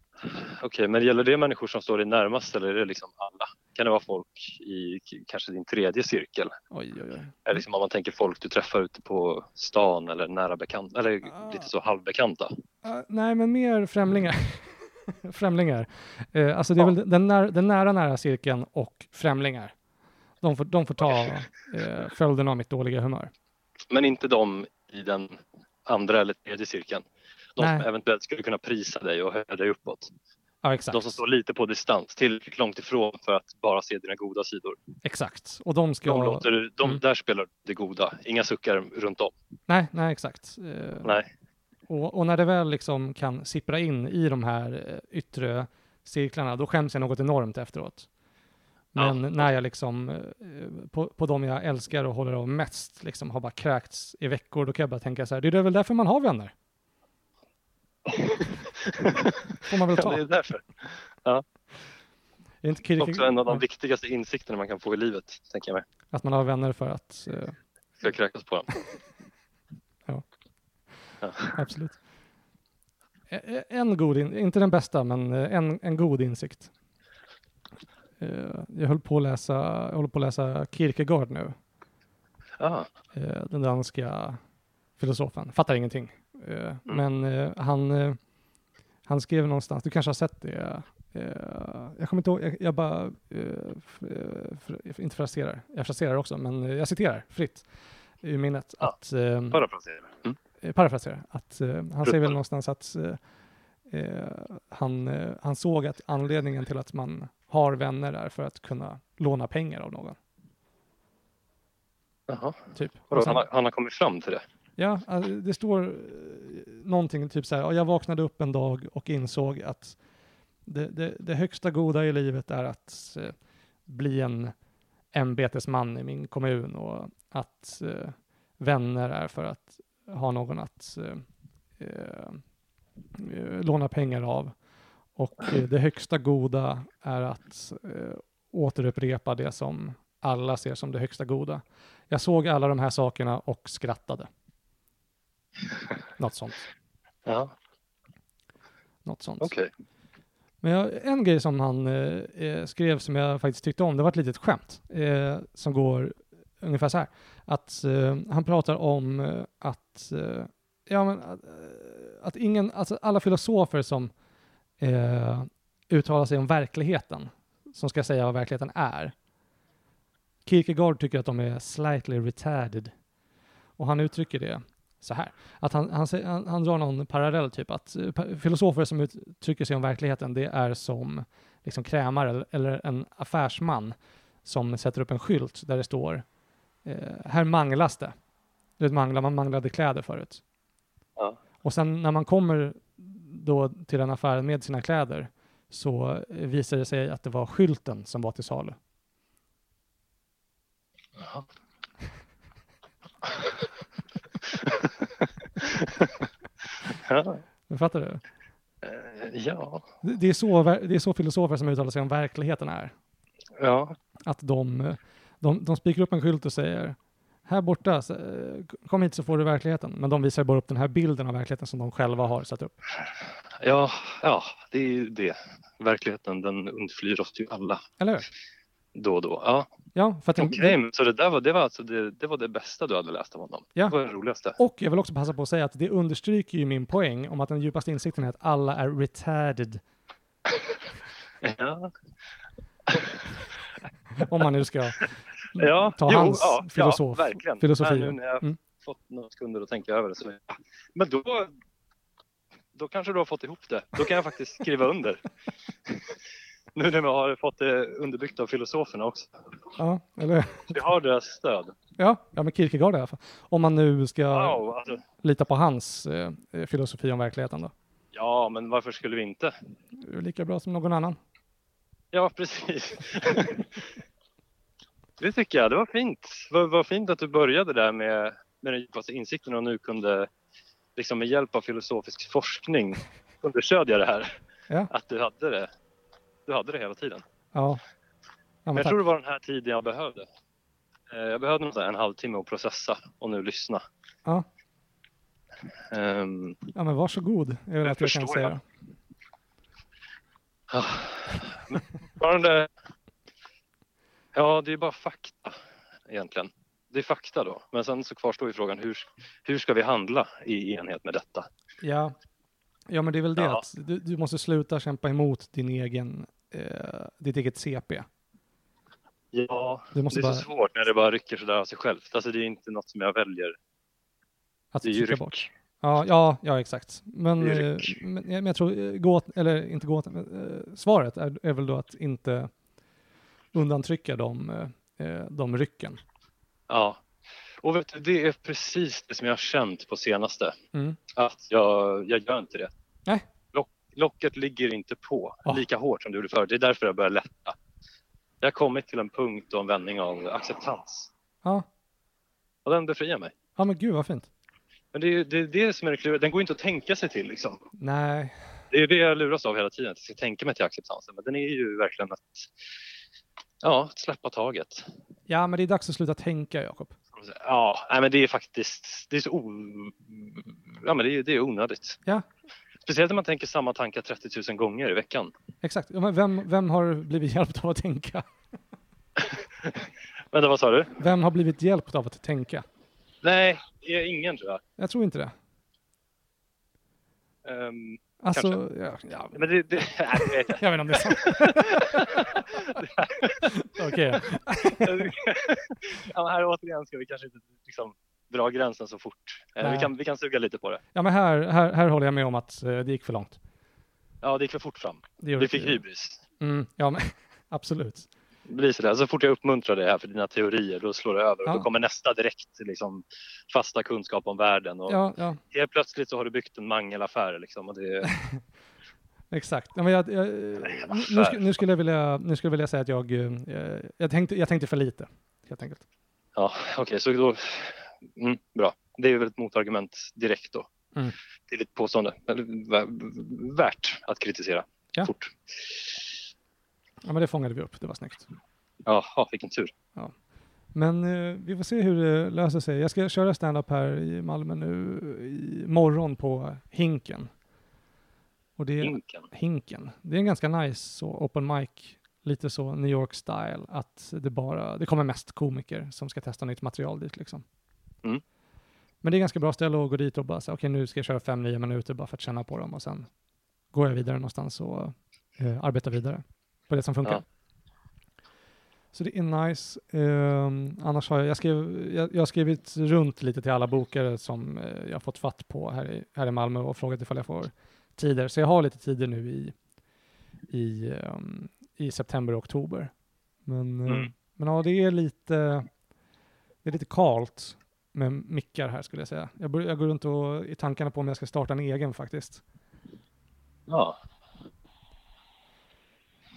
S2: Okej, men gäller det människor som står dig närmast eller är det liksom alla? Kan det vara folk i k- kanske din tredje cirkel?
S1: Oj, oj, oj.
S2: Eller liksom om man tänker folk du träffar ute på stan eller nära bekanta, eller
S1: Ah.
S2: lite så halvbekanta.
S1: Ja, nej, men mer främlingar. främlingar. Eh, alltså det är
S2: Ja.
S1: väl den, när, den nära, nära cirkeln och främlingar. De får, de får ta eh, följden av mitt dåliga humör.
S2: Men inte de i den andra eller tredje cirkeln. De
S1: Nej.
S2: som eventuellt skulle kunna prisa dig och höja dig uppåt.
S1: Ja, exakt.
S2: De som står lite på distans, tillräckligt långt ifrån för att bara se dina goda sidor.
S1: Exakt. Och de ska...
S2: De låter, de,
S1: Mm.
S2: Där spelar du det goda, inga suckar runt om.
S1: Nej, nej, exakt. Eh,
S2: Nej.
S1: Och, och när det väl liksom kan sippra in i de här eh, yttre cirklarna, då skäms jag något enormt efteråt.
S2: Ja.
S1: Men när jag liksom, eh, på, på de jag älskar och håller av mest, liksom har bara kräkts i veckor, då kan jag bara tänka så här, det är väl därför man har vänner? Får man väl
S2: Ja,
S1: ta.
S2: det är
S1: Är
S2: därför.
S1: det inte
S2: Det är
S1: Kirke,
S2: också en av de viktigaste insikterna man kan få i livet, tänker jag mig.
S1: att man har vänner för att, eh,
S2: Ska jag kräkas på den?
S1: absolut. E- e- En god, in, inte den bästa, men eh, en, en god insikt. Eh, Jag höll på att läsa, jag håller på att läsa Kierkegaard nu.
S2: Ah,
S1: eh, den danska filosofen. Fattar ingenting.
S2: Mm.
S1: Eh, Men eh, han, eh, han skrev någonstans, du kanske har sett det, eh, jag kommer inte ihåg, jag, jag bara, eh, f- eh, fr- inte fraserar, jag fraserar också, men eh, jag citerar fritt i minnet
S2: Ja.
S1: att eh,
S2: parafraserar. Mm.
S1: eh, parafraserar, att eh, han säger väl någonstans att eh, eh, han, eh, han såg att anledningen till att man har vänner är för att kunna låna pengar av någon.
S2: Jaha.
S1: Typ.
S2: Vadå,
S1: Och sen-
S2: han, har, han har kommit fram till det?
S1: Ja, alltså, det står eh, någonting typ så här, "Ja, jag vaknade upp en dag och insåg att det, det, det högsta goda i livet är att eh, bli en ämbetesman i min kommun och att eh, vänner är för att ha någon att eh, eh, eh, låna pengar av. Och eh, det högsta goda är att eh, återupprepa det som alla ser som det högsta goda. Jag såg alla de här sakerna och skrattade. Något sånt.
S2: Ja,
S1: Något sånt.
S2: okej.
S1: Men jag, en grej som han eh, eh, skrev som jag faktiskt tyckte om, det var ett litet skämt eh, som går ungefär så här. Att eh, han pratar om eh, att, eh, ja, men, att, eh, att ingen, alltså alla filosofer som eh, uttalar sig om verkligheten, som ska säga vad verkligheten är. Kierkegaard tycker att de är slightly retarded och han uttrycker det så här. Att han, han, sä- han, han drar någon parallell typ att eh, pa- filosofer som ut, tycker sig om verkligheten, det är som liksom krämare eller, eller en affärsman som sätter upp en skylt där det står eh, här manglas det. Du vet, manglar, man manglade kläder förut.
S2: Ja.
S1: Och sen när man kommer då till den affären med sina kläder så eh, visar det sig att det var skylten som var till salu.
S2: Jaha. ja,
S1: Fattar du?
S2: eh, ja,
S1: Det- Det är, så, ver- det är så filosofer som uttalar sig om verkligheten är.
S2: ja,
S1: att de, eh, de, de spikar upp en skylt och säger här borta, så, eh, kom hit så får du verkligheten. Men de visar bara upp den här bilden av verkligheten som de själva har satt upp.
S2: ja, ja, det är ju det. Verkligheten den undflyr oss ju alla
S1: Eller hur?
S2: då och då. Ja,
S1: Ja, för att de,
S2: okej, men så det där var det, var alltså det, det var det bästa du hade läst av honom?
S1: Ja.
S2: Det var det roligaste?
S1: Och jag vill också passa på att säga att det understryker ju min poäng om att den djupaste insikten är att alla är retarded,
S2: Ja,
S1: om man nu ska
S2: ja.
S1: ta
S2: jo,
S1: hans
S2: ja,
S1: filosof,
S2: ja, verkligen.
S1: filosofi.
S2: Nej, nu när jag
S1: Mm.
S2: fått några sekunder att tänka över det. Så, ja. Men då, då kanske du har fått ihop det. Då kan jag faktiskt skriva under. nu när vi har fått det underbyggt av filosoferna också.
S1: Ja, eller,
S2: Vi har deras stöd.
S1: ja, ja, men Kierkegaard i alla fall. Om man nu ska
S2: Wow, alltså,
S1: lita på hans eh, eh, filosofi om verkligheten då.
S2: ja, men varför skulle vi inte?
S1: Det är Lika bra som någon annan.
S2: Ja, precis. det tycker jag. Det var fint. Vad vad fint att du började där med, med den djupaste insikten och nu kunde liksom med hjälp av filosofisk forskning understödja det här.
S1: Ja.
S2: Att du hade det. Du hade det hela tiden.
S1: Ja. ja men
S2: jag
S1: tack.
S2: tror det var den här tiden jag behövde. Eh, Jag behövde någonstans en halvtimme att processa och nu lyssna.
S1: Ja.
S2: Ehm,
S1: Ja, men varsågod. Jag vill
S2: Det
S1: att jag kan
S2: förstår
S1: säga.
S2: jag.
S1: det.
S2: ah. Men fortfarande... Ja, det är bara fakta egentligen. Det är fakta då. Men sen så kvarstår ju frågan hur, hur ska vi handla i enhet med detta?
S1: Ja. ja, men det är väl det
S2: Ja.
S1: att du, du måste sluta kämpa emot din egen, eh, ditt eget CP.
S2: Ja,
S1: Du måste
S2: det är
S1: bara
S2: så svårt när det bara rycker sådär av sig självt. Alltså det är inte något som jag väljer.
S1: att
S2: Det är ju
S1: trycka
S2: ryck.
S1: bort. Ja, ja, ja, exakt. Men,
S2: Det är
S1: eh,
S2: ryck.
S1: men, men jag tror eh, gå åt, eller inte gå åt, men, eh, svaret är, är väl då att inte undantrycka de, eh, eh, de rycken.
S2: Ja. Och vet du, det är precis det som jag har känt på senaste.
S1: Mm.
S2: att jag, jag gör inte det.
S1: Nej.
S2: Lock, locket ligger inte på
S1: Ah.
S2: lika hårt som det gjorde förut. Det är därför jag börjar lätta. Jag har kommit till en punkt och en vändning av acceptans.
S1: Ja.
S2: Och den befriar mig.
S1: ja, men gud vad fint.
S2: Men det är ju- det, är det som är det kluriga. Den går inte att tänka sig till. Liksom.
S1: Nej,
S2: Det är det jag luras av hela tiden. Att jag ska tänka mig till acceptansen. Men den är ju verkligen att, ja, att släppa taget.
S1: ja, men det är dags att sluta tänka, Jakob.
S2: Ja, nej, men det är faktiskt det är så o... ja, men det är, det är onödigt.
S1: Ja.
S2: Speciellt när man tänker samma tankar 30 000 gånger i veckan.
S1: Exakt. Ja, men vem, vem har blivit hjälpt av att tänka?
S2: Vänta, vad sa du?
S1: Vem har blivit hjälpt av att tänka?
S2: Nej, det är ingen tror jag.
S1: Jag tror inte det.
S2: Ehm,
S1: Alltså, ja, ja,
S2: men det, det, nej, jag vet inte.
S1: jag vet inte om det är sant. Okej.
S2: ja, men här återigen ska vi kanske inte liksom dra gränsen så fort. Eh, vi,
S1: Nej.
S2: kan, vi kan suga lite på det.
S1: Ja, men här, här, här håller jag med om att eh, det gick för långt.
S2: Ja, det gick för fort fram.
S1: Det gjorde
S2: Vi fick
S1: det.
S2: hybris.
S1: Mm, ja, men absolut.
S2: Det blir sådär. Så fort jag uppmuntrar dig här för dina teorier, då slår det över.
S1: Ja.
S2: Då kommer nästa direkt, liksom, fasta kunskap om världen. Och
S1: Ja, ja,
S2: Helt plötsligt så har du byggt en mangelaffär. Liksom, och det,
S1: exakt. Ja, men jag, jag, nu, sku- nu, skulle jag vilja, nu skulle jag vilja säga att jag, eh, jag, tänkte, jag tänkte för lite, helt enkelt.
S2: ja, okej, så då... Mm, bra. Det är väl ett motargument direkt då.
S1: Mm.
S2: Det är ditt påstående. Eller, vä- Värt att kritisera.
S1: Ja.
S2: Fort.
S1: Ja, men det fångade vi upp, det var snyggt.
S2: Jaha, vilken tur.
S1: Men eh, vi får se hur det löser sig. Jag ska köra stand-up här i Malmö nu i morgon på Hinken. Och det är
S2: Hinken.
S1: Hinken. Det är en ganska nice så open mic, lite så New York style, att det bara, det kommer mest komiker som ska testa nytt material dit liksom.
S2: Mm.
S1: Men det är ganska bra ställe att gå dit och bara säga, okej nu ska jag köra fem, nio minuter bara för att känna på dem och sen går jag vidare någonstans och eh, arbetar vidare på det som funkar.
S2: Ja.
S1: Så det är nice. Ehm, annars har jag, jag, skrev, jag, jag har skrivit runt lite till alla bokare som eh, jag har fått fatt på här i, här i Malmö och frågat ifall jag får tider. Så jag har lite tider nu i, i, ehm, i september och oktober. Men, eh,
S2: Mm.
S1: men ja, det är lite, det är lite kalt med mickar här skulle jag säga. Jag, bör, jag går runt och i tankarna på om jag ska starta en egen faktiskt.
S2: Ja.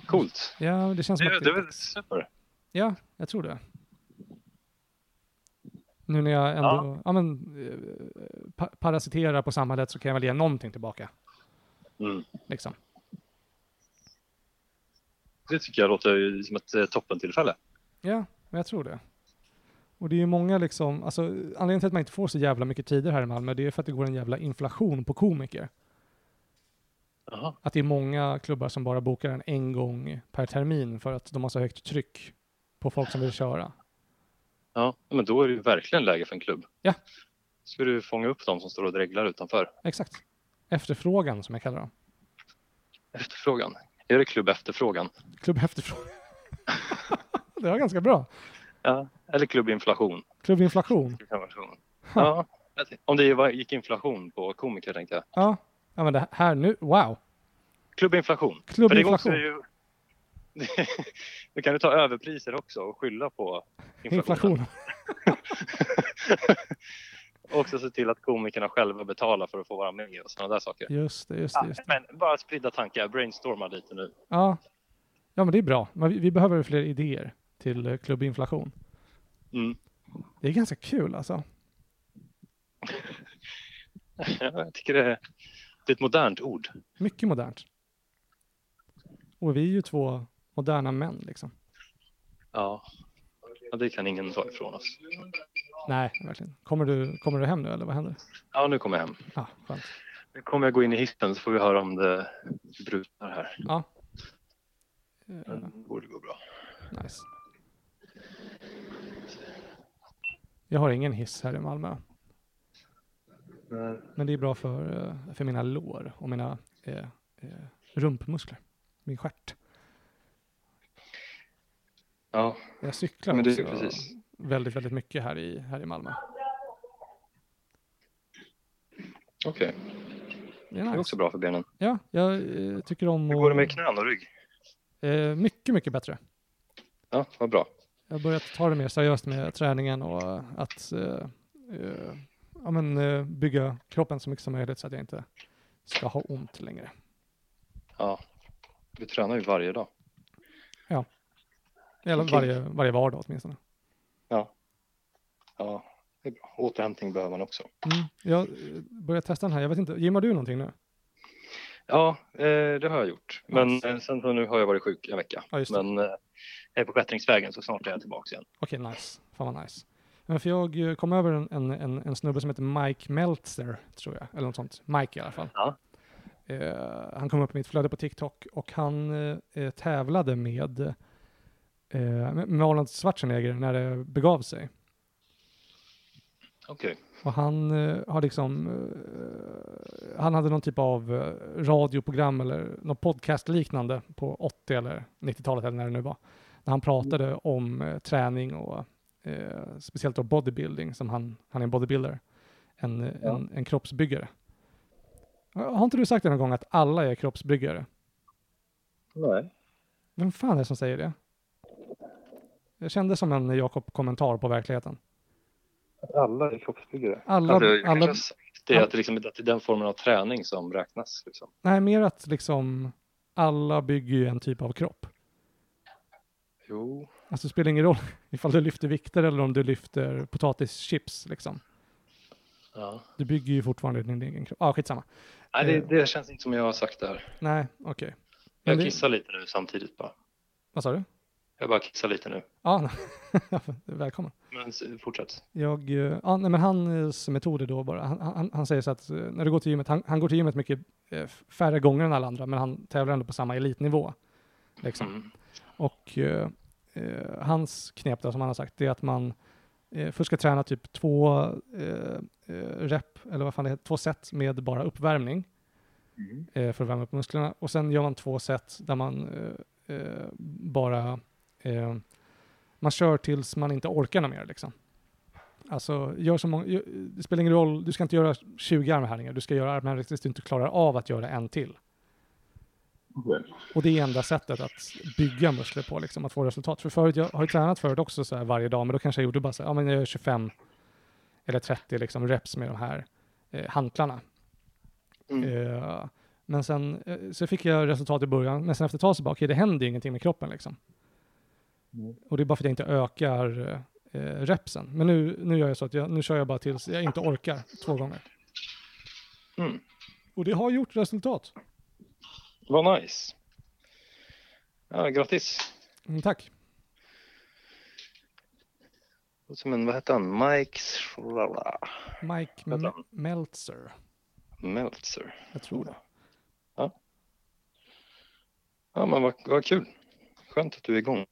S2: Coolt.
S1: Ja, det känns som
S2: Det,
S1: att
S2: det är väl super.
S1: Ja, jag tror det. Nu när jag ändå ja. men, eh, pa parasiterar på samhället så kan jag väl ge någonting tillbaka.
S2: Mm.
S1: Liksom.
S2: Det tycker jag låter ju som ett eh, toppentillfälle.
S1: Ja, men jag tror det. Och det är ju många liksom, alltså anledningen till att man inte får så jävla mycket tider här i Malmö, det är för att det går en jävla inflation på komiker.
S2: Jaha.
S1: Att det är många klubbar som bara bokar en en gång per termin för att de har så högt tryck på folk som vill köra.
S2: Ja, men då är det ju verkligen läge för en klubb.
S1: Ja.
S2: Ska du fånga upp dem som står och dreglar utanför?
S1: Exakt. Efterfrågan som jag kallar dem.
S2: Efterfrågan. Är det klubb efterfrågan?
S1: Klubb efterfrågan. det var ganska bra.
S2: Ja. Eller klubb inflation?
S1: Klubbinflation.
S2: Det kan vara så. Ja. Om det var- gick inflation på komiker tänkte jag.
S1: Ja, ja men det här nu, wow.
S2: Klubb inflation. För det går också
S1: Klubbinflation.
S2: ju... Du kan ju ta överpriser också och skylla på inflationen.
S1: Inflation.
S2: Och också se till att komikerna själva betalar för att få vara med och sådana där saker.
S1: Just det, just det. Just det.
S2: Men bara spridda tankar, brainstorma lite nu.
S1: Ja. ja, men det är bra. Men vi, vi behöver fler idéer till eh, klubbinflation.
S2: Mm.
S1: Det är ganska kul alltså.
S2: Jag tycker det, det är ett modernt ord.
S1: Mycket modernt. Och vi är ju två moderna män liksom.
S2: Ja. ja, det kan ingen ta ifrån oss.
S1: Nej, verkligen. Kommer du, kommer du hem nu eller vad händer?
S2: Ja, nu kommer jag hem.
S1: Ja, skönt.
S2: Nu kommer jag gå in i hissen så får vi höra om det brutar här.
S1: Ja. Eh,
S2: Det borde gå bra.
S1: Nice. Jag har ingen hiss här i Malmö. Men det är bra för, eh, för mina lår och mina eh, eh, rumpmuskler. Min stjärt.
S2: Ja,
S1: Jag cyklar
S2: men det är
S1: också
S2: ju precis.
S1: väldigt, väldigt mycket här i, här i Malmö.
S2: Okej,
S1: Det
S2: det
S1: är
S2: är
S1: nice.
S2: också bra för benen.
S1: Ja, jag eh, tycker om
S2: Hur
S1: att-
S2: går det med knän och rygg?
S1: eh, mycket, mycket bättre.
S2: Ja, vad bra.
S1: Jag har börjat ta det mer seriöst med träningen och eh, att eh, eh, ja, men, eh, bygga kroppen så mycket som möjligt så att jag inte ska ha ont längre.
S2: Ja, vi tränar ju varje dag.
S1: Eller
S2: Okej.
S1: varje, varje vardag åtminstone.
S2: Ja, det är bra. Återhämtning behöver man också.
S1: Mm. Jag eh, börjar testa den här. Jag vet inte, gymmar du någonting nu?
S2: Ja, eh, det har jag gjort. Men
S1: Nice.
S2: eh, sen så nu har jag varit sjuk en vecka.
S1: Ja, just det.
S2: Men eh, jag är på bättringsvägen så snart är jag tillbaka igen.
S1: Okej, nice. Fan vad nice. Men för jag eh, kom över en, en, en, en snubbe som heter Mike Meltzer, tror jag. Eller något sånt. Mike i alla fall.
S2: Ja.
S1: Eh, han kom upp i mitt flöde på TikTok och han eh, tävlade med, eh, med med Arnold Schwarzenegger när det begav sig.
S2: Okej.
S1: Och han eh, har liksom, eh, han hade någon typ av eh, radioprogram eller någon podcast liknande på 80 eller 90-talet eller när det nu var. När han pratade om eh, träning och eh, speciellt då bodybuilding, som han, han är en bodybuilder, en, eh,
S2: Ja.
S1: en, en kroppsbyggare. Har inte du sagt det någon gång att alla är kroppsbyggare?
S2: Nej.
S1: Vem fan är det som säger det? Jag kände som en Jakob-kommentar på verkligheten.
S2: Att alla är kroppsbyggare.
S1: Alla,
S2: alltså, jag kanske
S1: alla,
S2: har sagt det, att, liksom, att det är den formen av träning som räknas. Liksom.
S1: nej, mer att liksom alla bygger ju en typ av kropp.
S2: Jo.
S1: Alltså det spelar ingen roll ifall du lyfter vikter eller om du lyfter potatischips liksom.
S2: Ja.
S1: Du bygger ju fortfarande din egen kropp. Ja, ah, skitsamma.
S2: Nej, det, det känns inte som jag har sagt det här.
S1: Nej, okej. Men
S2: Jag
S1: det-
S2: kissar lite nu samtidigt bara.
S1: Vad sa du?
S2: Jag bara kissar lite nu.
S1: Ja, välkommen.
S2: Men s- fortsätt.
S1: Jag, eh, ja, nej, men hans metod är då bara, han, han, han säger så att eh, när du går till gymmet, han, han går till gymmet mycket eh, färre gånger än alla andra, men han tävlar ändå på samma elitnivå. Liksom.
S2: Mm.
S1: Och eh, eh, hans knep då, som han har sagt, det är att man eh, först ska träna typ två eh, eh, rep, eller vad fan det heter, två set med bara uppvärmning
S2: Mm.
S1: eh, för att värma upp musklerna. Och sen gör man två set där man eh, eh, bara, eh, man kör tills man inte orkar något mer liksom. Alltså, gör så många, gör- det spelar ingen roll, du ska inte göra 20 armhävningar, du ska göra armhävningar tills du inte klarar av att göra en till. Och det är enda sättet att bygga muskler på, liksom, att få resultat. För förut, jag har ju tränat förut också så här varje dag, men då kanske jag gjorde bara så här, ja men jag gör 25 eller 30 liksom reps med de här eh, hantlarna.
S2: Mm.
S1: Eh, men sen eh, så fick jag resultat i början, men sen efter ett tag så bara, okej det händer ju ingenting med kroppen liksom.
S2: Mm.
S1: Och det är bara för att jag inte ökar eh, repsen. Men nu, nu gör jag så att jag, nu kör jag bara tills jag inte orkar två gånger.
S2: Mm.
S1: Och det har gjort resultat.
S2: Vad nice. Ja, grattis.
S1: Mm, tack.
S2: Låter Som en, vad hette han? Mike Schrala.
S1: Mike
S2: Vänta.
S1: Me- Meltzer,
S2: Meltzer.
S1: jag tror det.
S2: Ja, men vad, vad kul. Skönt att du är igång.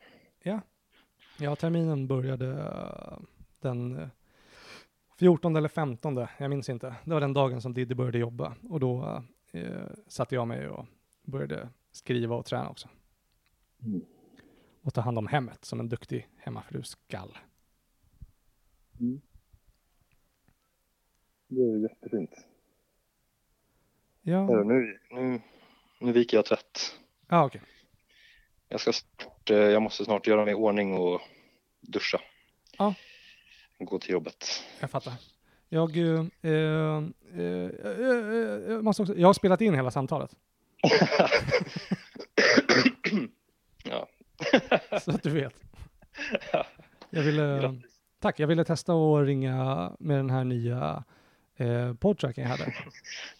S1: Ja, terminen började eh, den eh, 14 eller 15, jag minns inte. Det var den dagen som Diddy började jobba och då eh, satte jag mig och började skriva och träna också.
S2: Mm.
S1: Och ta hand om hemmet som en duktig hemmafru skall.
S2: Det är jättefint.
S1: Ja,
S2: Nu, nu, nu viker jag tvätt.
S1: ah, okej.
S2: Jag, ska snart, eh, jag måste snart göra mig i ordning och duscha.
S1: Ja.
S2: Gå till jobbet.
S1: Jag fattar. Jag, eh, eh, eh, eh, eh, måste också, jag har spelat in hela samtalet så att du vet. Jag ville...
S2: Grattis.
S1: Tack, jag ville testa att ringa med den här nya eh, podtracken jag hade.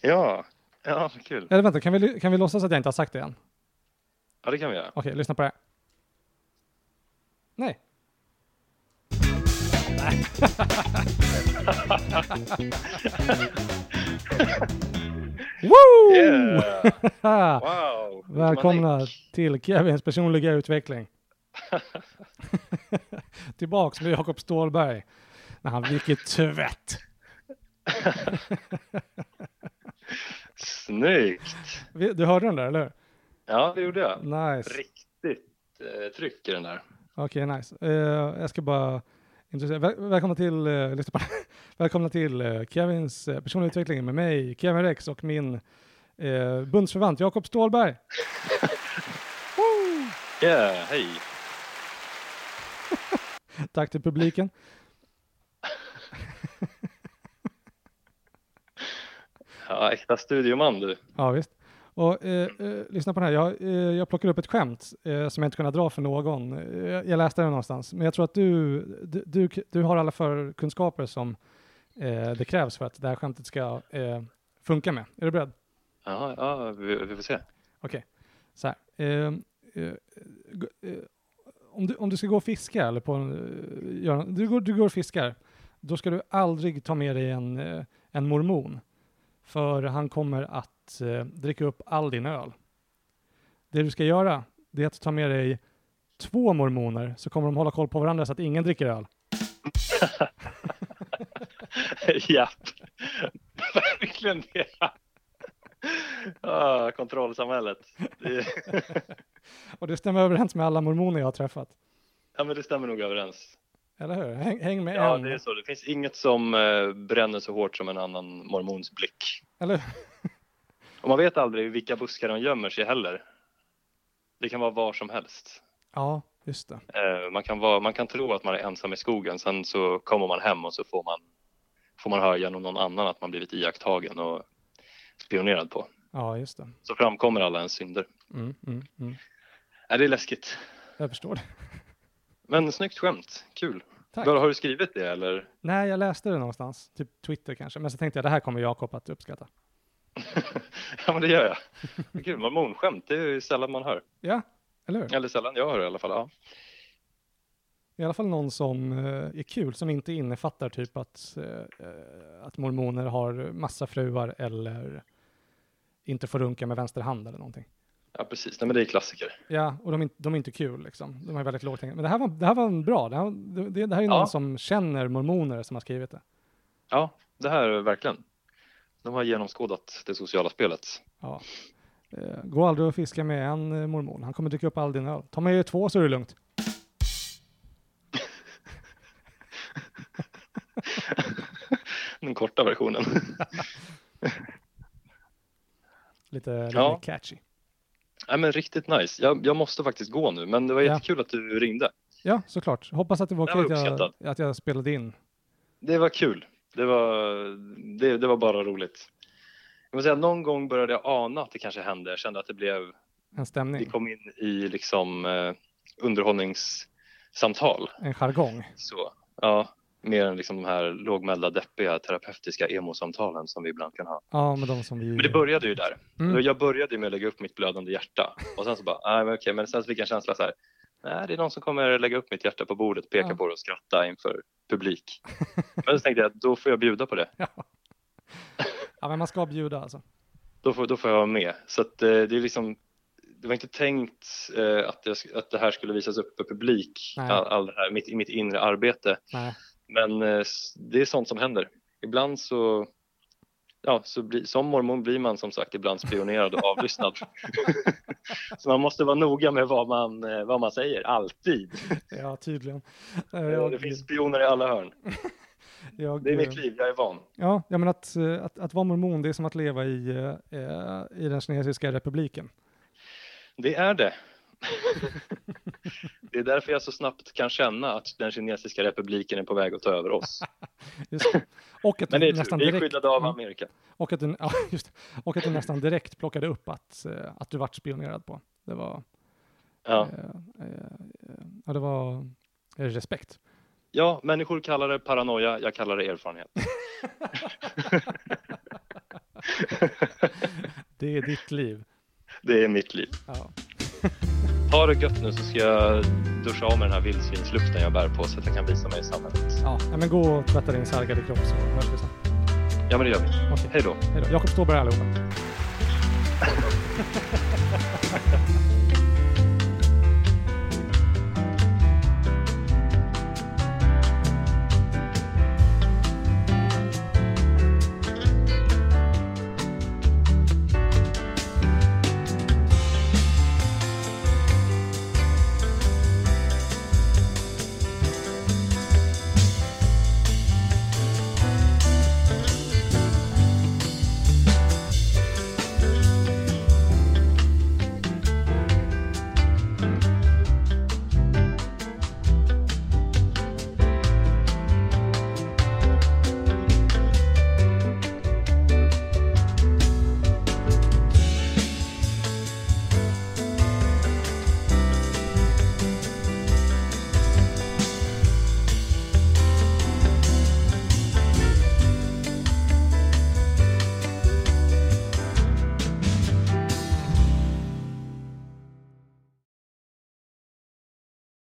S2: Ja, ja vad kul.
S1: Eller vänta, kan vi, kan vi låtsas att jag inte har sagt det än?
S2: Ja, det kan vi göra.
S1: Okej, lyssna på det här. Nej. Woo!
S2: Yeah. Wow!
S1: Välkomna
S2: Manik.
S1: till Kevins personliga utveckling. Tillbaks med Jakob Ståhlberg när han viker tvätt.
S2: Snyggt!
S1: Vi- Du hörde den där, eller hur?
S2: Ja, det gjorde jag.
S1: Nice.
S2: Riktigt eh, tryck i den där.
S1: Okej, nice. Eh, jag ska bara... introducera- Väl välkomna till, eh, lyssna på- välkomna till eh, Kevins eh, personliga utveckling med mig, Kevin Rex och min eh, bundsförvant Jakob Ståhlberg. Woo!
S2: Yeah, hej!
S1: Tack till publiken.
S2: Ja, äkta studioman du.
S1: Ja, visst. Och eh, eh, lyssna på den här, jag, eh, jag plockar upp ett skämt eh, som jag inte kunnat dra för någon. Eh, jag läste det någonstans, men jag tror att du, du, du, du har alla förkunskaper som eh, det krävs för att det här skämtet ska eh, funka med. Är du beredd?
S2: Ja, ja vi, vi får se.
S1: Okej, så här. Ehm, eh, gå- eh, om, du, om du ska gå och fiska eller på en, eh, göra- du, går, du går och fiskar, då ska du aldrig ta med dig en, eh, en mormon. För han kommer att eh, dricka upp all din öl. Det du ska göra, det är att ta med dig två mormoner, så kommer de hålla koll på varandra så att ingen dricker öl.
S2: ja, verkligen det. Ah, kontrollsamhället. Det,
S1: Och det stämmer överens med alla mormoner jag har träffat.
S2: ja, men det stämmer nog överens.
S1: Eller hur? Häng, häng med
S2: Ja,
S1: en.
S2: det är så. Det finns inget som eh, bränner så hårt som en annan mormons blick.
S1: Eller hur?
S2: Och man vet aldrig i vilka buskar de gömmer sig heller. Det kan vara var som helst.
S1: Ja, just det.
S2: Eh, man, kan vara, man kan tro att man är ensam i skogen, sen så kommer man hem och så får man, får man höra genom någon annan att man blivit iakttagen och spionerad på.
S1: Ja, just det.
S2: Så framkommer alla ens synder.
S1: Mm, mm, mm.
S2: Äh, det är läskigt.
S1: Jag förstår det.
S2: Men snyggt skämt, kul.
S1: Tack.
S2: Var, har du skrivit det eller?
S1: Nej, jag läste det någonstans. Typ Twitter kanske. Men så tänkte jag, det här kommer Jakob att uppskatta.
S2: ja, men det gör jag. Kul, mormonskämt, det är ju sällan man hör.
S1: Ja, eller hur?
S2: Eller sällan jag hör i alla fall. Ja.
S1: I alla fall någon som eh, är kul, som inte innefattar typ att, eh, eh, att mormoner har massa fruar eller inte får runka med vänster hand eller någonting.
S2: Ja, precis. Nej, men det är klassiker.
S1: Ja, och de är, inte- de är inte kul liksom. De är väldigt lågt hängande. Men det här var, det här var en bra. Det här, det, det här är någon
S2: Ja.
S1: som känner mormoner som har skrivit det.
S2: Ja, det här är verkligen. De har genomskådat det sociala spelet.
S1: Ja. Eh, Gå aldrig och fiska med en eh, mormon. Han kommer dricka upp all din öl. Ta med er två så är det lugnt.
S2: Den korta versionen.
S1: Lite,
S2: Ja.
S1: lite catchy.
S2: Nej, men riktigt nice. Jag, jag måste faktiskt gå nu, men det var
S1: Ja.
S2: jättekul att du ringde.
S1: Ja, såklart. Hoppas att det var
S2: Det här
S1: okej
S2: var
S1: att, jag-
S2: uppskattat.
S1: att jag spelade in.
S2: Det var kul. Det var, det, det var bara roligt. Jag vill säga, någon gång började jag ana att det kanske hände. Jag kände att det blev,
S1: En
S2: vi
S1: stämning,
S2: kom in i liksom eh, underhållningssamtal.
S1: en jargong.
S2: Så, ja, mer än liksom de här lågmälda, deppiga, terapeutiska emo-samtalen som vi ibland kan ha.
S1: Ja, med de som vi...
S2: Men det började ju där.
S1: Mm.
S2: Jag började ju med att lägga upp mitt blödande hjärta och sen så bara, nej men okej, men sen så fick jag en känsla så här, nej det är någon som kommer lägga upp mitt hjärta på bordet, peka
S1: Ja.
S2: på det och skratta inför publik. Men så tänkte jag, då får jag bjuda på det,
S1: Ja, men man ska bjuda alltså.
S2: då får, då får jag vara med. Så att eh, det är liksom, det var inte tänkt eh, att, jag, sk- att det här skulle visas upp för publik,
S1: Nej.
S2: all, all det här, mitt, mitt inre arbete,
S1: Nej.
S2: men eh, s- det är sånt som händer. Ibland så, ja, så blir, som mormon blir man som sagt ibland spionerad och avlyssnad. så man måste vara noga med vad man, eh, vad man säger, alltid.
S1: Ja, tydligen. Eh,
S2: Ja, det
S1: Jag,
S2: finns spioner i alla hörn.
S1: jag,
S2: Det är
S1: eh,
S2: mitt liv, jag är van.
S1: ja, ja, men att, eh, att, att vara mormon, det är som att leva i, eh, eh, i den kinesiska republiken.
S2: Det är det. det är därför jag så snabbt kan känna att den kinesiska republiken är på väg att ta över oss.
S1: Just det. Och att
S2: Men det
S1: du
S2: är tur,
S1: nästan
S2: vi är
S1: direkt,
S2: skyddade av
S1: Mm.
S2: Amerika.
S1: och att du, ja, just, det. och att du nästan direkt plockade upp att, eh, att du vart spionerad på. Det var,
S2: Ja.
S1: eh, eh, eh, ja, det var eh, respekt.
S2: ja, människor kallar det paranoia, jag kallar det erfarenhet.
S1: Det är ditt liv.
S2: Det är mitt liv.
S1: Ja.
S2: Ha det gött nu så ska jag duscha av med den här vildsvinslukten jag bär på så att jag kan visa mig i samhället.
S1: Ja, nej, men gå och tvätta din sargade kropp så hörs vi sen.
S2: Ja, men det gör vi.
S1: Okej,
S2: Hej då.
S1: hej då. Jakob Ståberg allihopa.